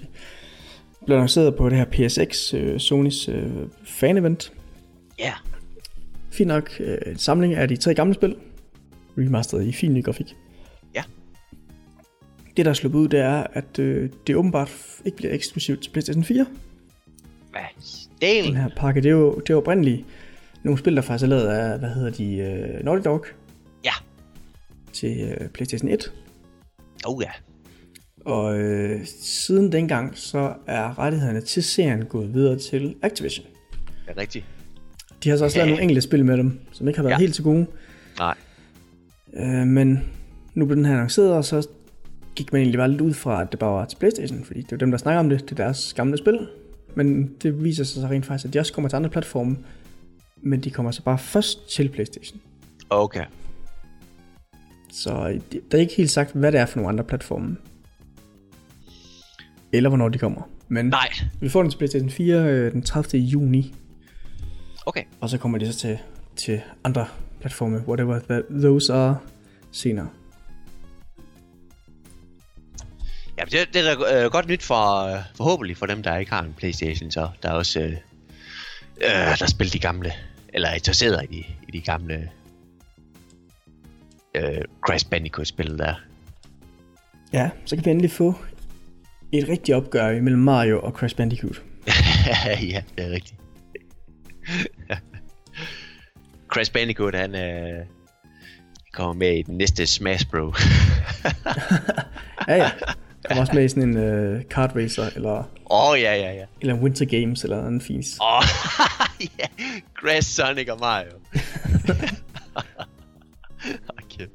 Blev lanceret på det her PSX, øh, Sonys øh, fan-event.
ja.
Fint nok, øh, en samling af de tre gamle spil. Remasteret i fin ny grafik.
Ja.
Det, der er sluppet ud, det er, at øh, det åbenbart ikke bliver eksklusivt til PlayStation 4.
Hvad?
den
Dalen.
her pakke, det er jo det er oprindeligt nogle spil, der faktisk er lavet af, hvad hedder de, uh, Naughty Dog
Ja.
til uh, Playstation 1.
Oh, ja.
Og øh, uh, siden dengang, så er rettighederne til serien gået videre til Activision.
Ja, er rigtigt.
De har så også lavet
Ja.
nogle enkelte spil med dem, som ikke har været
Ja.
ja. helt så gode.
Nej.
Øh, men nu blev den her annonceret, og så gik man egentlig bare lidt ud fra, at det bare var til Playstation, fordi det er jo dem, der snakker om det, det er deres gamle spil. Men det viser sig så rent faktisk, at de også kommer til andre platforme, men de kommer så bare først til Playstation.
Okay.
Så øh, det- der er ikke helt sagt, hvad det er for nogle andre platforme. Eller hvornår de kommer. Men
Nej.
vi får den til Playstation 4 øh, den 30. juni,
Okay.
og så kommer de så til, til andre platforme, whatever that those are, senere.
Ja, det, det er da øh, godt nyt for, øh, forhåbentlig for dem, der ikke har en Playstation, så der er også, øh, øh, der spiller de gamle, eller er interesseret i de, i de gamle øh, Crash Bandicoot-spil der.
Ja, så kan vi endelig få et rigtigt opgør imellem Mario og Crash Bandicoot.
ja, det er rigtigt. Crash Bandicoot, han øh, kommer med i den næste Smash Bros.
Ja, ja. Kommer også med i sådan en uh, kart racer, eller,
Åh, oh, ja, ja, ja.
eller Winter Games, eller anden fis.
Åh, oh, ja. Crash, Sonic og Mario. oh, kæft.
Jeg har ikke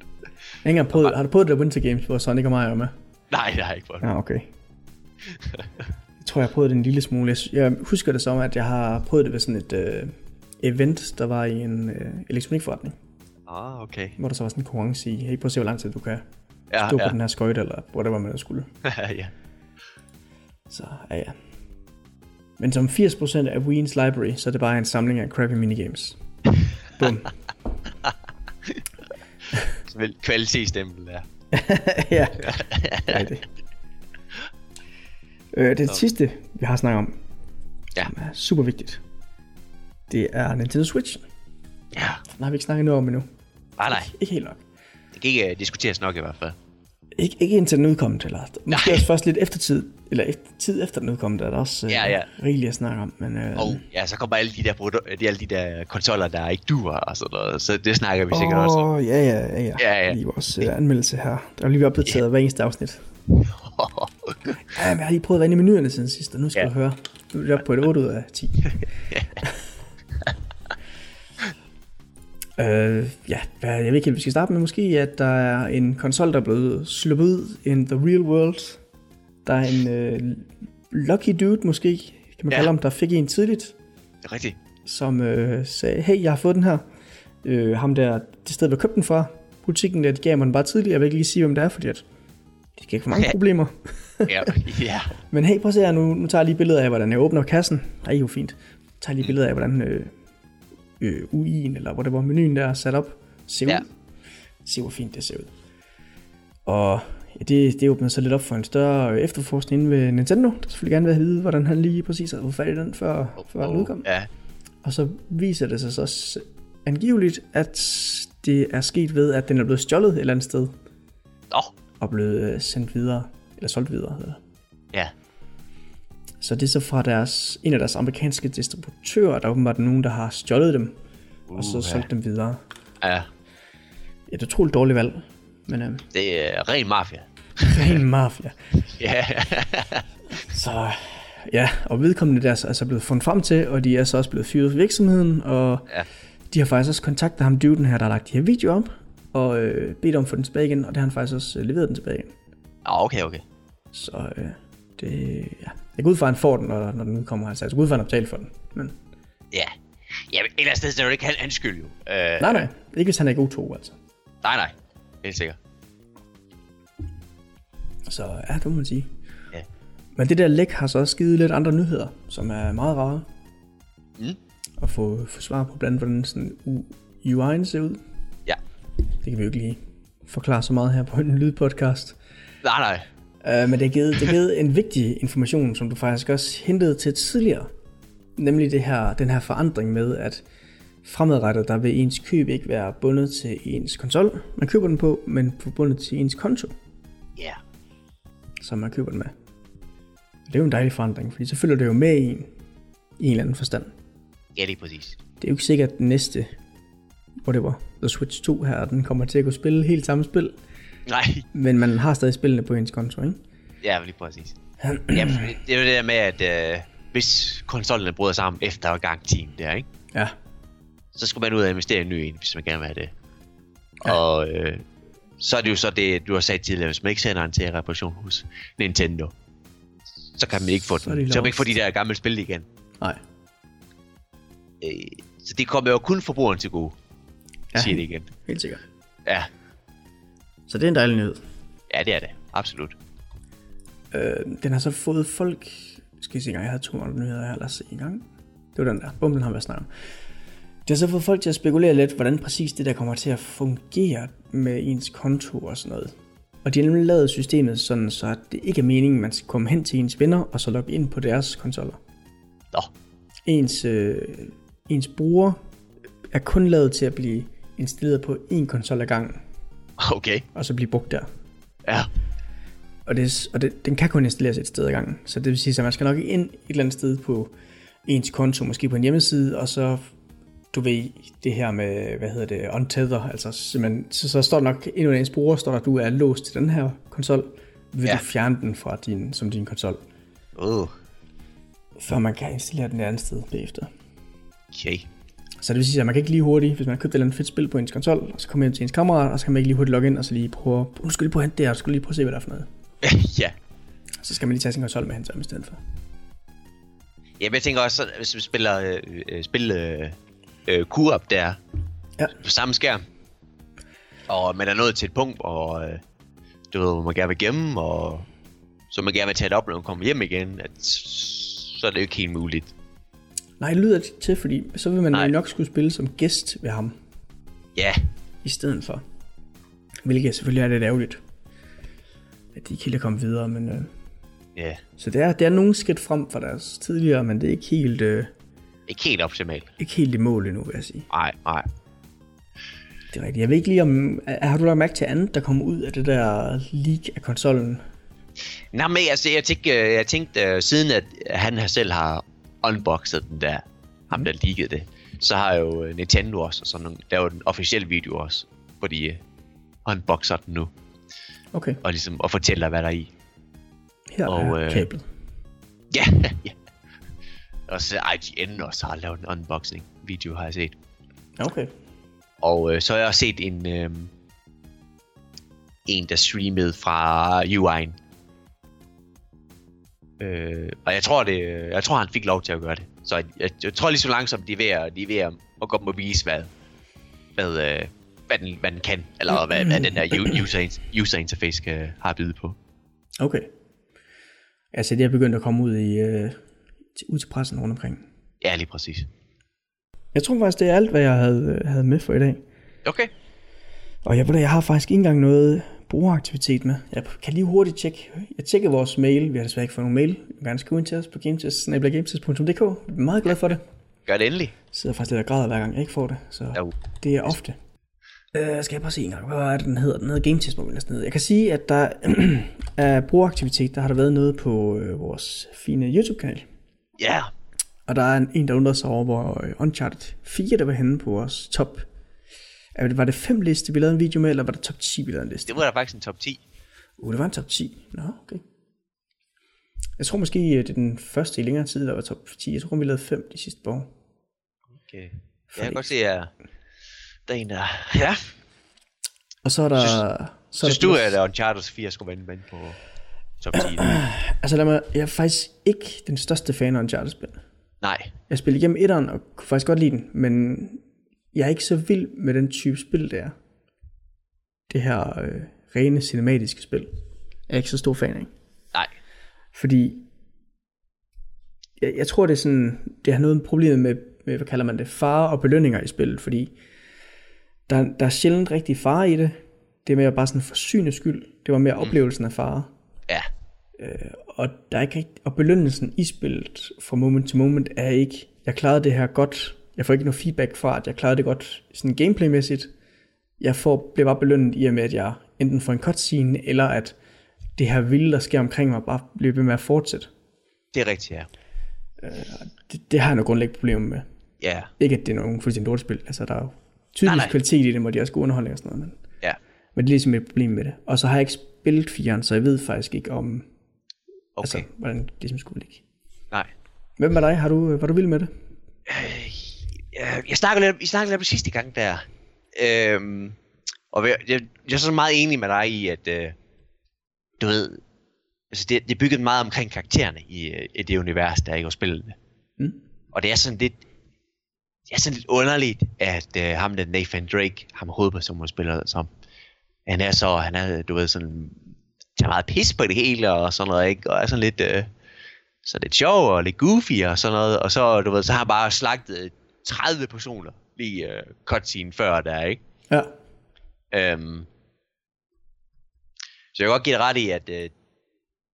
engang prøvet, har du prøvet det der Winter Games, hvor Sonic og Mario er med?
Nej, det har jeg ikke prøvet.
Ja, ah, okay. Jeg tror, jeg har prøvet det en lille smule. Jeg sy- Jeg husker det som, at jeg har prøvet det ved sådan et uh, event, der var i en uh, elektronikforretning,
Ah, okay.
hvor der så var sådan en konkurrence i, hey, prøv at se, hvor lang tid du kan
Ja,
stå ja.
ja.
på den her skøjte, eller whatever man nu skulle.
ja.
Så ja, ja. Men som 80% af Wiens library, så er det bare en samling af crappy minigames. Bum.
Sådan et kvalitetsstempel der.
ja, det er det. Øh, det, sidste, vi har snakket om,
Ja.
som er super vigtigt, det er Nintendo Switch.
Ja.
Den har vi ikke snakket noget om endnu.
Ah, nej,
Ikke helt nok.
det kan ikke uh, diskuteres nok i hvert fald.
Ikke, ikke indtil den udkom, eller måske
Nej.
også først lidt efter tid, eller efter, tid efter den udkom, der er der også øh,
Ja, ja.
rigeligt at snakke om. Men, øh,
Og ja, så kommer alle de der, produ- de, alle de der konsoller, der ikke duer og sådan noget. Så det snakker vi sikkert også om.
Åh, ja, ja, ja, ja.
Ja, ja.
Lige vores øh, anmeldelse her. Der er lige blevet opdateret hver eneste afsnit. Ja, men jeg har lige prøvet at være inde i menuerne siden sidst, og nu skal
Ja.
ja. du høre. Nu er det oppe på et 8 ud af 10. øh, ja, hvad, jeg ved ikke helt, vi skal starte med måske, at der er en konsol, der er blevet sluppet ud in the real world. Der er en øh, lucky dude måske, kan man
Ja.
ja. kalde ham, der fik en tidligt,
det er rigtigt.
som øh, sagde, hey, jeg har fået den her. Øh, ham der, det sted, hvor jeg købte den fra, butikken der, de gav mig den bare tidligt. Jeg vil ikke lige sige, hvem det er, fordi at det kan ikke for mange
Ja.
problemer.
Ja, ja.
Men hey, prøv at se her, nu, nu tager jeg lige billeder af, hvordan jeg åbner kassen. Der er jo fint. Jeg tager lige billeder af, hvordan øh, øh, UI'en, eller hvor det var menuen der er sat op, ser ud.
Ja.
Ja. Se, hvor fint det ser ud. Og ja, det, det åbnede så lidt op for en større øh, efterforskning inde ved Nintendo, der selvfølgelig gerne vil have at vide, hvordan han lige præcis havde fået fat i den, før, før den udkom.
Ja,
Og så viser det sig så s- angiveligt, at det er sket ved, at den er blevet stjålet et eller andet sted,
Nå,
og blevet øh, sendt videre, eller solgt videre, hedder det.
ja.
Så det er så fra deres, en af deres amerikanske distributører, der åbenbart er nogen, der har stjålet dem, og så
Uha.
solgt dem videre.
Ja,
Ja, det er et utroligt dårligt valg, men øh,
det er ren mafia.
ren mafia.
Ja,
Så ja, og vedkommende der er så blevet fundet frem til, og de er så også blevet fyret fra virksomheden, og
Ja.
ja. de har faktisk også kontaktet ham, dyven her, der har lagt de her videoer op, og øh, bedt om at få den tilbage igen, og det har han faktisk også øh, leveret den tilbage igen.
ah, okay, okay.
Så øh, det, ja. Jeg går ud fra, at han får den, når, når den udkommer. Altså, jeg går ud fra, at han har betalt for den. Men,
Ja. Ja, men ellers det er det jo ikke han- hans skyld jo. Øh,
nej, nej. Ikke hvis han er i god tro, altså.
nej, nej. Helt sikkert.
Så ja, det må man sige.
Ja.
Men det der læk har så også givet lidt andre nyheder, som er meget rare.
Mm.
At få, få svar på, blandt andet, hvordan sådan U- UI'en ser ud.
Ja.
Det kan vi jo ikke lige forklare så meget her på en lydpodcast.
Nej, nej.
Uh, men det har givet, det har givet en vigtig information, som du faktisk også hentede til tidligere. Nemlig det her, den her forandring med, at fremadrettet, der vil ens køb ikke være bundet til ens konsol, man køber den på, men forbundet til ens konto.
Ja.
som man køber den med. Og det er jo en dejlig forandring, fordi så følger det jo med i en, i en eller anden forstand.
Ja, lige præcis.
Det er jo ikke sikkert, at den næste, hvor det var, The Switch 2 her, den kommer til at kunne spille helt samme spil,
Nej.
men man har stadig spillene på ens konto, ikke?
Ja, lige præcis. Jamen, det er jo det der med, at øh, hvis konsollerne bryder sammen efter garantien der, ikke?
Ja,
så skal man ud og investere i en ny en, hvis man gerne vil have det. Ja. Og øh, så er det jo så det, du har sagt tidligere, hvis man ikke sender den til reparation hos Nintendo, så kan man ikke få den.
Så
Så,
er
kan
de
man
lost.
ikke få de der gamle spil igen.
nej.
Øh, så det kommer jo kun forbrugeren til gode,
Ja.
ja. siger det igen.
Helt sikkert.
Ja,
Så det er en dejlig nyhed.
ja det er det. Absolut.
Øh, den har så fået folk... Skal jeg se en gang, jeg havde 200 nyheder her, lad os se en gang. Det var den der, bum, den har vi snakket om. Det har så fået folk til at spekulere lidt, hvordan præcis det der kommer til at fungere med ens konto og sådan noget. Og de har nemlig lavet systemet sådan, så at det ikke er meningen, man skal komme hen til ens venner og så logge ind på deres konsoller.
Nå,
Ens, øh, ens bruger er kun lavet til at blive installeret på én konsol ad gangen,
okay.
og så blive brugt der.
Ja,
Og, det, og det, den kan kun installeres et sted ad gangen. Så det vil sige, at man skal nok ind et eller andet sted på ens konto, måske på en hjemmeside, og så, du ved, det her med, hvad hedder det, untether, altså simpelthen, så, så står der nok endnu en ens bruger, står der, at du er låst til den her konsol, vil ja.
Ja.
du fjerne den fra din, som din konsol,
oh,
før man kan installere den et andet sted bagefter.
okay.
Så det vil sige, at man kan ikke lige hurtigt, hvis man har købt et eller andet fedt spil på ens konsol, og så kommer hjem til ens kammerat, og så kan man ikke lige hurtigt logge ind, og så lige prøve, at- nu skal du lige prøve at hente det her, og så skal du lige prøve at se, hvad der er for noget.
ja.
Så skal man lige tage sin konsol med hen til ham i stedet for.
Jamen, jeg tænker også, hvis vi spiller øh, øh, spil øh, øh, Q-up der,
Ja.
på samme skærm, og man er nået til et punkt, og øh, du ved, hvor man gerne vil gemme, og så man gerne vil tage det op, når man kommer hjem igen, at, s- så er det jo ikke helt muligt.
Nej, det lyder det ikke til, fordi så vil man
Nej.
Nej. nok skulle spille som gæst ved ham
Ja,
i stedet for. Hvilket selvfølgelig er lidt ærgerligt, at de ikke helt er kommet videre. Men, øh,
ja.
så det er, det er nogle skridt frem fra deres tidligere, men det er ikke helt, øh,
Ikke helt optimalt.
ikke helt i mål endnu, vil jeg sige.
Nej, nej.
Det er rigtigt. Jeg ved ikke lige, om, er- har du lagt mærke til andet, der kommer ud af det der leak af konsollen?
Nej, men altså, jeg tænkte, øh, jeg tænkte øh, siden at han har selv har unboxet den der, ham der leakede det, så har jo øh, Nintendo også og sådan nogle, lavet en officiel video også, hvor de øh, unboxer den nu,
Okay,
og ligesom, og fortæller, hvad der er i.
her og,
Og,
er øh...
øh,
kablet.
Ja, ja. Og så IGN også har lavet en unboxing video, har jeg set.
Okay.
Og øh, så har jeg også set en, øh, en der streamede fra UI'en. Øh, og jeg tror, det, jeg tror, han fik lov til at gøre det. Så jeg, jeg, jeg tror lige så langsomt, de er ved at, de er ved at, at gå op og vise, hvad, hvad, øh, hvad, den, hvad den kan. Eller hvad, hvad den der u- user, in- user interface kan, har at byde på.
Okay. Altså, det er begyndt at komme ud, i, øh, til, ud til pressen rundt omkring.
Ja, lige præcis.
Jeg tror faktisk, det er alt, hvad jeg havde, øh, havde med for i dag.
Okay.
Og jeg, ved det, jeg har faktisk ikke engang noget brugeraktivitet med. Jeg kan lige hurtigt tjekke. Jeg tjekker vores mail. Vi har desværre ikke fået nogen mail. Du kan gerne skrive ind til os på gametest.dk. Jeg er meget glad for det.
Gør det endelig.
Jeg sidder faktisk lidt og græder, hver gang jeg ikke får det. Så
Jo.
det er ofte. Øh, skal jeg bare se en gang, hvad er det, den hedder? Den hedder GameTest, må vi næsten hedde. Jeg kan sige, at der er brugeraktivitet. Der har der været noget på øh, vores fine YouTube-kanal.
Ja. Yeah.
Og der er en- en, der undrede sig over, hvor øh, Uncharted 4, der var henne på vores top. Er det- Var det fem liste, vi lavede en video med, eller var det top 10, vi lavede en liste?
Det var da faktisk en top 10.
Uh, det var en top 10. Nå, okay. Jeg tror måske, øh, det er den første i længere tid, der var top 10. Jeg tror, vi lavede 5 de sidste par år.
Okay. Jeg
Fordi-
kan godt se, at der er en, der... Ja.
Og så er der... så er
Synes
der
du, at Uncharted 4 skulle vende med på top 10?
Altså lad mig, jeg er faktisk ikke den største fan af Uncharted-spil.
Nej.
Jeg spillede igennem etteren og kunne faktisk godt lide den, men jeg er ikke så vild med den type spil, der. Det her øh, rene cinematiske spil. Jeg er ikke så stor fan af.
Nej.
Fordi jeg, jeg tror, det er sådan, det har noget problem med, med, hvad kalder man det, fare og belønninger i spillet, fordi der, der er sjældent rigtig fare i det. Det er mere bare sådan for synets skyld. Det var mere oplevelsen af fare.
Ja.
Og, der er ikke rigtig, og belønnelsen i spillet fra moment til moment er ikke, jeg klarede det her godt. Jeg får ikke noget feedback fra, at jeg klarede det godt sådan gameplaymæssigt. Jeg får, bliver bare belønnet i og med, at jeg enten får en cutscene, eller at det her vilde, der sker omkring mig, bare bliver ved med at fortsætte.
Det er rigtigt, ja.
det, det har jeg nogle grundlæggende problemer med.
Ja.
Ikke at det er nogen fuldstændig lortespil, altså der er jo tydeligvis
Nej, nej.
kvalitet i det, hvor de også god underholdning og sådan noget, men,
Ja.
men det er ligesom et problem med det. Og så har jeg ikke spillet firen, så jeg ved faktisk ikke om,
Okay.
altså, hvordan det ligesom skulle ligge.
Nej.
Hvem var dig? Har du, var du vild med det?
Øh, ja, jeg snakkede lidt, vi snakkede lidt om det sidste gang der. Øhm, og jeg, jeg, jeg er så meget enig med dig i, at øh, du ved, altså det, det er bygget meget omkring karaktererne i, øh, i det univers, der er i jo spillet.
Mm.
Og det er sådan lidt, det er sådan lidt underligt, at øh, ham den Nathan Drake, ham hovedpersonen man spiller som, han er så, han er, du ved, sådan, tager meget pis på det hele og sådan noget, ikke? Og er sådan lidt, øh, så lidt sjov og lidt goofy og sådan noget, og så, du ved, så har han bare slagtet 30 personer lige øh, cutscene før der, ikke?
Ja.
Øhm, så jeg kan godt give dig ret i, at øh,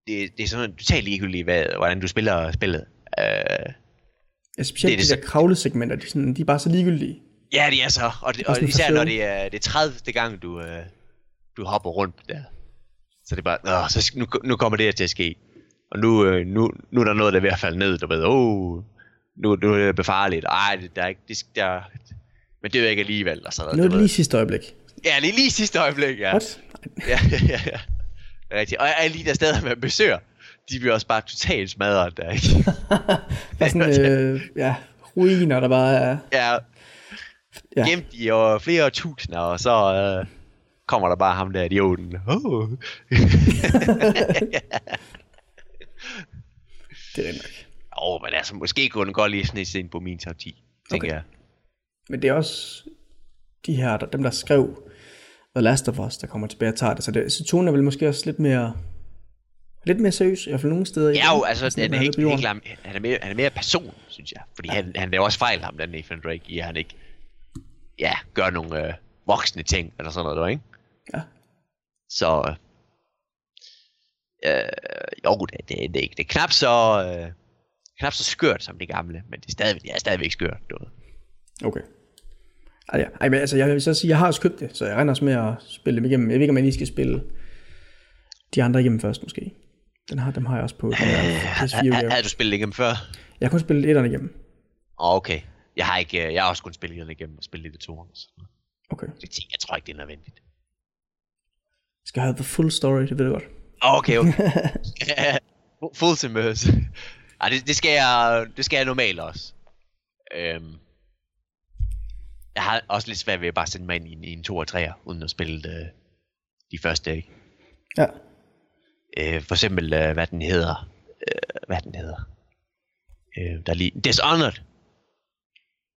det, det er sådan totalt ligegyldigt, hvad, hvordan du spiller spillet. Øh,
Ja, specielt
Det er
det
det
de der kravlesegmenter, de, er sådan, de er bare så ligegyldige.
ja, det er så, og, det,
er
og
sådan
især
forførende.
når det er det er 30. gang, du, øh, du hopper rundt der. Så det er bare, Nå, så sk- nu, nu kommer det her til at ske. Og nu, øh, nu, nu er der noget, der er ved at falde ned, du ved, oh, nu, nu er det befarligt, ej, det, der er ikke, det, sk- der, men det er jo ikke alligevel, og sådan
Nu er
noget. du
det
ved.
lige sidste øjeblik.
Ja, lige, lige i sidste øjeblik, ja.
What? Nej.
ja, ja, ja. Det er rigtigt. Og alle de der steder, man besøger, de bliver også bare totalt smadret der, ikke?
Bare sådan, øh, ja, ruiner, der bare er...
Ja.
Ja.
ja. Gemt i over flere tusinder, og så øh, kommer der bare ham der idioten. Oh.
Det er nok.
Åh, oh, men altså, måske kunne den godt lige snige sig ind på min top 10, tænker
Okay.
okay. jeg.
Men det er også de her, der, dem der skrev The Last of Us, der kommer tilbage og tager det. Så, det, så tonen er vel måske også lidt mere, lidt mere seriøs, i hvert fald nogle steder. i
Ja, jo,
den.
altså,
Sådan,
den
at
er
man
helt,
på jorden.
helt lam, han, er mere, han er mere person, synes jeg. Fordi han, han laver også fejl, ham den Nathan Drake, i at han ikke ja, gør nogle øh, voksne ting, eller sådan noget, der, ikke?
Ja.
Så... Øh, jo, det, det, det, er ikke- det er knap så... Øh, knap så skørt som det gamle, men det er stadigvæk, det er stadigvæk skørt. Du. ved.
Okay. Ej, ja. Ej, men altså, jeg vil så sige, jeg har også købt det, så jeg regner også med at spille dem igennem. Jeg ved ikke, om jeg lige skal spille de andre igennem først, måske. Den har, dem har jeg også på. den her
Øh,
PS4
Havde-
udgave.
Havde du spillet igennem før?
Jeg har kun spillet etterne igennem.
Åh, okay. Jeg har ikke, øh, jeg har også kun spillet den igennem og spillet lidt af toren. Så
Okay.
det tænker jeg- jeg tror ikke, det er nødvendigt.
Jeg skal have the full story, det ved jeg godt.
Åh, Okay, okay. Full immerse. Ej, det, det, skal jeg, det skal jeg normalt også. Øhm, jeg har også lidt svært ved at bare sende mig ind i, en- i en 2 og 3'er, uden at spille de, de første. Ikke?
Ja.
øh, for eksempel, øh, hvad den hedder, øh, hvad den hedder, øh, der er lige, Dishonored,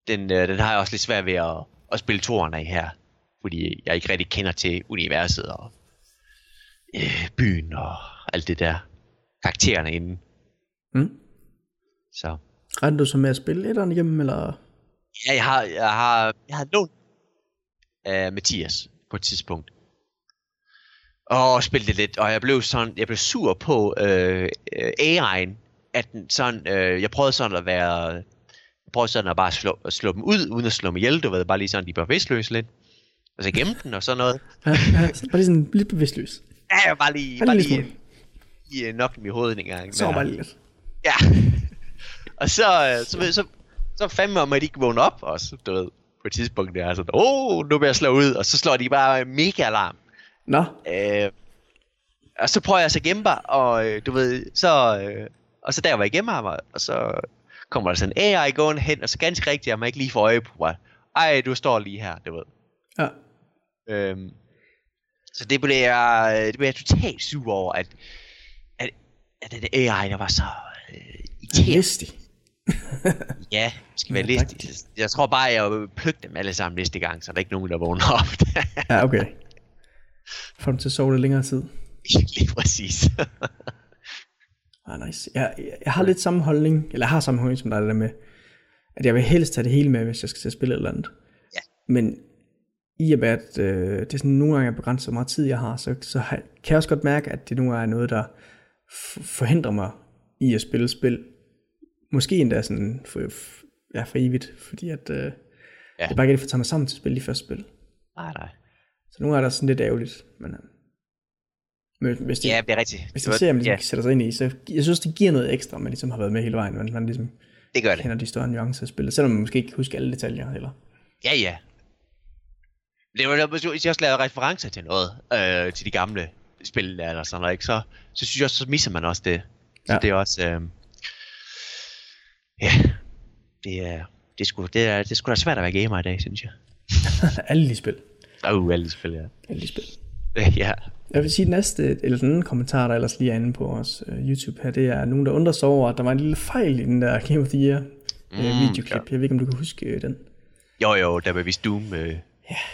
den, øh, den har jeg også lidt svært ved at, at spille toren af her, fordi jeg ikke rigtig kender til universet og øh, byen og alt det der, karaktererne inden,
Mm.
så
Regner du så med at spille etteren igennem, eller?
ja, jeg har, jeg har, jeg har lånt af Mathias på et tidspunkt, og spillede det lidt, og jeg blev sådan, jeg blev sur på øh, øh, AI'en, at den sådan, øh, jeg prøvede sådan at være, jeg prøvede sådan at bare slå, at slå dem ud, uden at slå dem ihjel, du ved, bare lige sådan, de blev bevidstløse lidt, og så gemme den og sådan noget.
Ja, ja, så bare lige sådan lidt bevidstløs.
Ja, jeg bare lige,
Bare
bare
lige
lige,
smule.
lige øh, nok dem i hovedet en gang.
Så
med
bare
ham.
lige lidt.
Ja. og så, øh, så, så, så, så fandme om, at de ikke vågner op også, du ved, på et tidspunkt der er sådan, åh, oh, nu bliver jeg slået ud, og så slår de bare mega alarm.
Nå,
Øh, og så prøver jeg så at gemme mig, og øh, du ved, så, øh, og så der var jeg gemmer mig, og så kommer der sådan en AI gående hen, og så ganske rigtigt, at man ikke lige får øje på mig. Ej, du står lige her, du ved.
ja.
Øhm, så det blev jeg, øh, det blev jeg totalt sur over, at, at, at den AI, der var så øh, irriterende.
Listig.
Ja, skal være
Ja,
ja, listig. Jeg tror bare, jeg vil plukke dem alle sammen næste gang, så der er ikke nogen, der vågner op.
Ja, okay. Får dem til at sove lidt længere tid.
Lige præcis.
Ah, nice. Jeg, jeg, jeg har lidt samme holdning, eller jeg har samme holdning som dig, det der med, at jeg vil helst tage det hele med, hvis jeg skal til at spille et eller andet.
Ja.
Men i og med, at øh, det er sådan nogle gange er begrænset, hvor meget tid jeg har, så, så har, kan jeg også godt mærke, at det nogle gange er noget, der f- forhindrer mig i at spille spil. Måske endda sådan for, f- ja, for evigt, fordi at, øh, ja. det bare ikke er, at få taget mig sammen til at spille de første spil.
nej, nej.
Så nogle gange er der sådan lidt ærgerligt. Men, øh, men hvis det
Ja, det er rigtigt.
hvis
Det
det
var-
ser, man ligesom
ja,
ja. sætter sig ind i, så jeg synes, det giver noget ekstra, man ligesom har været med hele vejen, man, man ligesom
det gør det.
kender de større nuancer af spillet, selvom man måske ikke husker alle detaljer heller.
Ja, ja. Det var der måske hvis jeg også lavede referencer til noget, øh, til de gamle spil der, eller sådan noget, ikke? Så, så synes jeg også, så misser man også det. Så
Ja.
ja. det er også... Øh, Ja, det er, det skulle, det er, det skulle da svært at være gamer i dag, synes jeg.
Alle de spil.
Åh, uh, alle spil, ja.
Alle de spil.
ja,
Jeg vil sige, at næste, eller den anden kommentar, der ellers lige er inde på vores øh, YouTube her, det er nogen, der undrer sig over, at der var en lille fejl i den der Game of the Year øh,
Mm,
videoklip. Jeg ved ikke, om du kan huske øh, den.
jo jo, der var vi Doom, øh,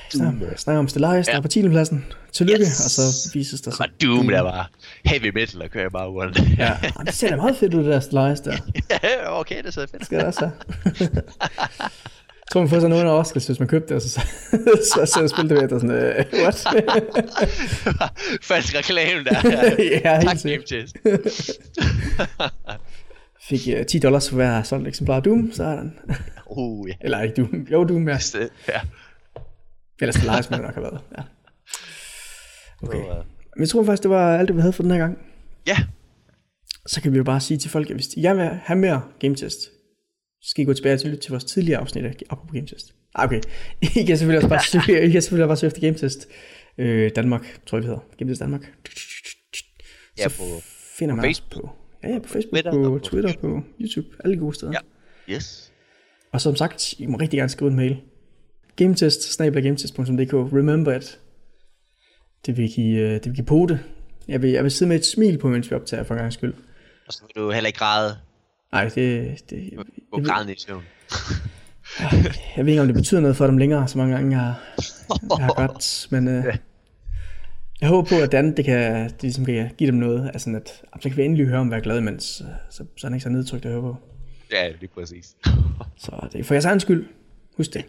Snakker, snakker om Stellaris, der er på 10. pladsen. Tillykke,
Yes.
yes. og så vises der
der
så.
var Doom, der var heavy metal og kører i baggrunden.
Ja, og det ser da meget fedt ud, det der Stellaris der.
ja, okay, det sidder fedt.
Skal det også have. Jeg tror, man får sådan en under Oscars, hvis man købte det, og så, så, så, så spillede det ved, og sådan, øh, what?
Falsk reklame der.
ja,
tak,
helt
Game
sikkert.
Test.
Fik øh, 10 dollars for hver solgt eksemplar af Doom, så er den.
Uh, ja.
Eller ikke Doom, jo Doom, ja.
Sted, ja.
Ellers Stellaris må det nok have været. Ja. Okay.
Så, øh,
Men jeg tror faktisk, det var alt, det vi havde for den her gang.
Ja,
Så kan vi jo bare sige til folk, at hvis de gerne vil have mere game test, så skal I gå tilbage og lytte til vores tidligere afsnit af Apropos Game Test. Ah, okay. I kan selvfølgelig også bare søge, I kan selvfølgelig bare søge efter Game Test øh, Danmark, tror jeg, vi hedder. Game Test Danmark.
ja på,
Finder man
Facebook.
os på. Ja, ja, på Facebook,
Twitter
Twitter, på,
og på
Twitter, på YouTube, alle gode steder.
Ja. yes.
Og som sagt, I må rigtig gerne skrive en mail. Gametest, snabelaggametest.dk, remember it. Det vil give, øh, det vil give pote. Jeg vil, jeg vil sidde med et smil på, mens vi optager for en gang skyld.
Og så vil du heller ikke græde
Nej, det, det jeg,
på
jeg, ved,
grædende i søvn.
jeg ved ikke, om det betyder noget for dem længere, så mange gange jeg, har- jeg har godt, men øh, jeg håber på, at det andet, det kan, det ligesom kan give dem noget, altså sådan at, ah, så kan vi endelig høre om, hvad jeg er glad imens, øh, så, så er han ikke så nedtrykt at høre på.
Ja, lige præcis.
Så det er for jeres egen skyld, husk det.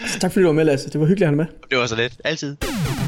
Altså, tak fordi du var med, Lasse, det var hyggeligt at have dig med.
det var så let. Altid.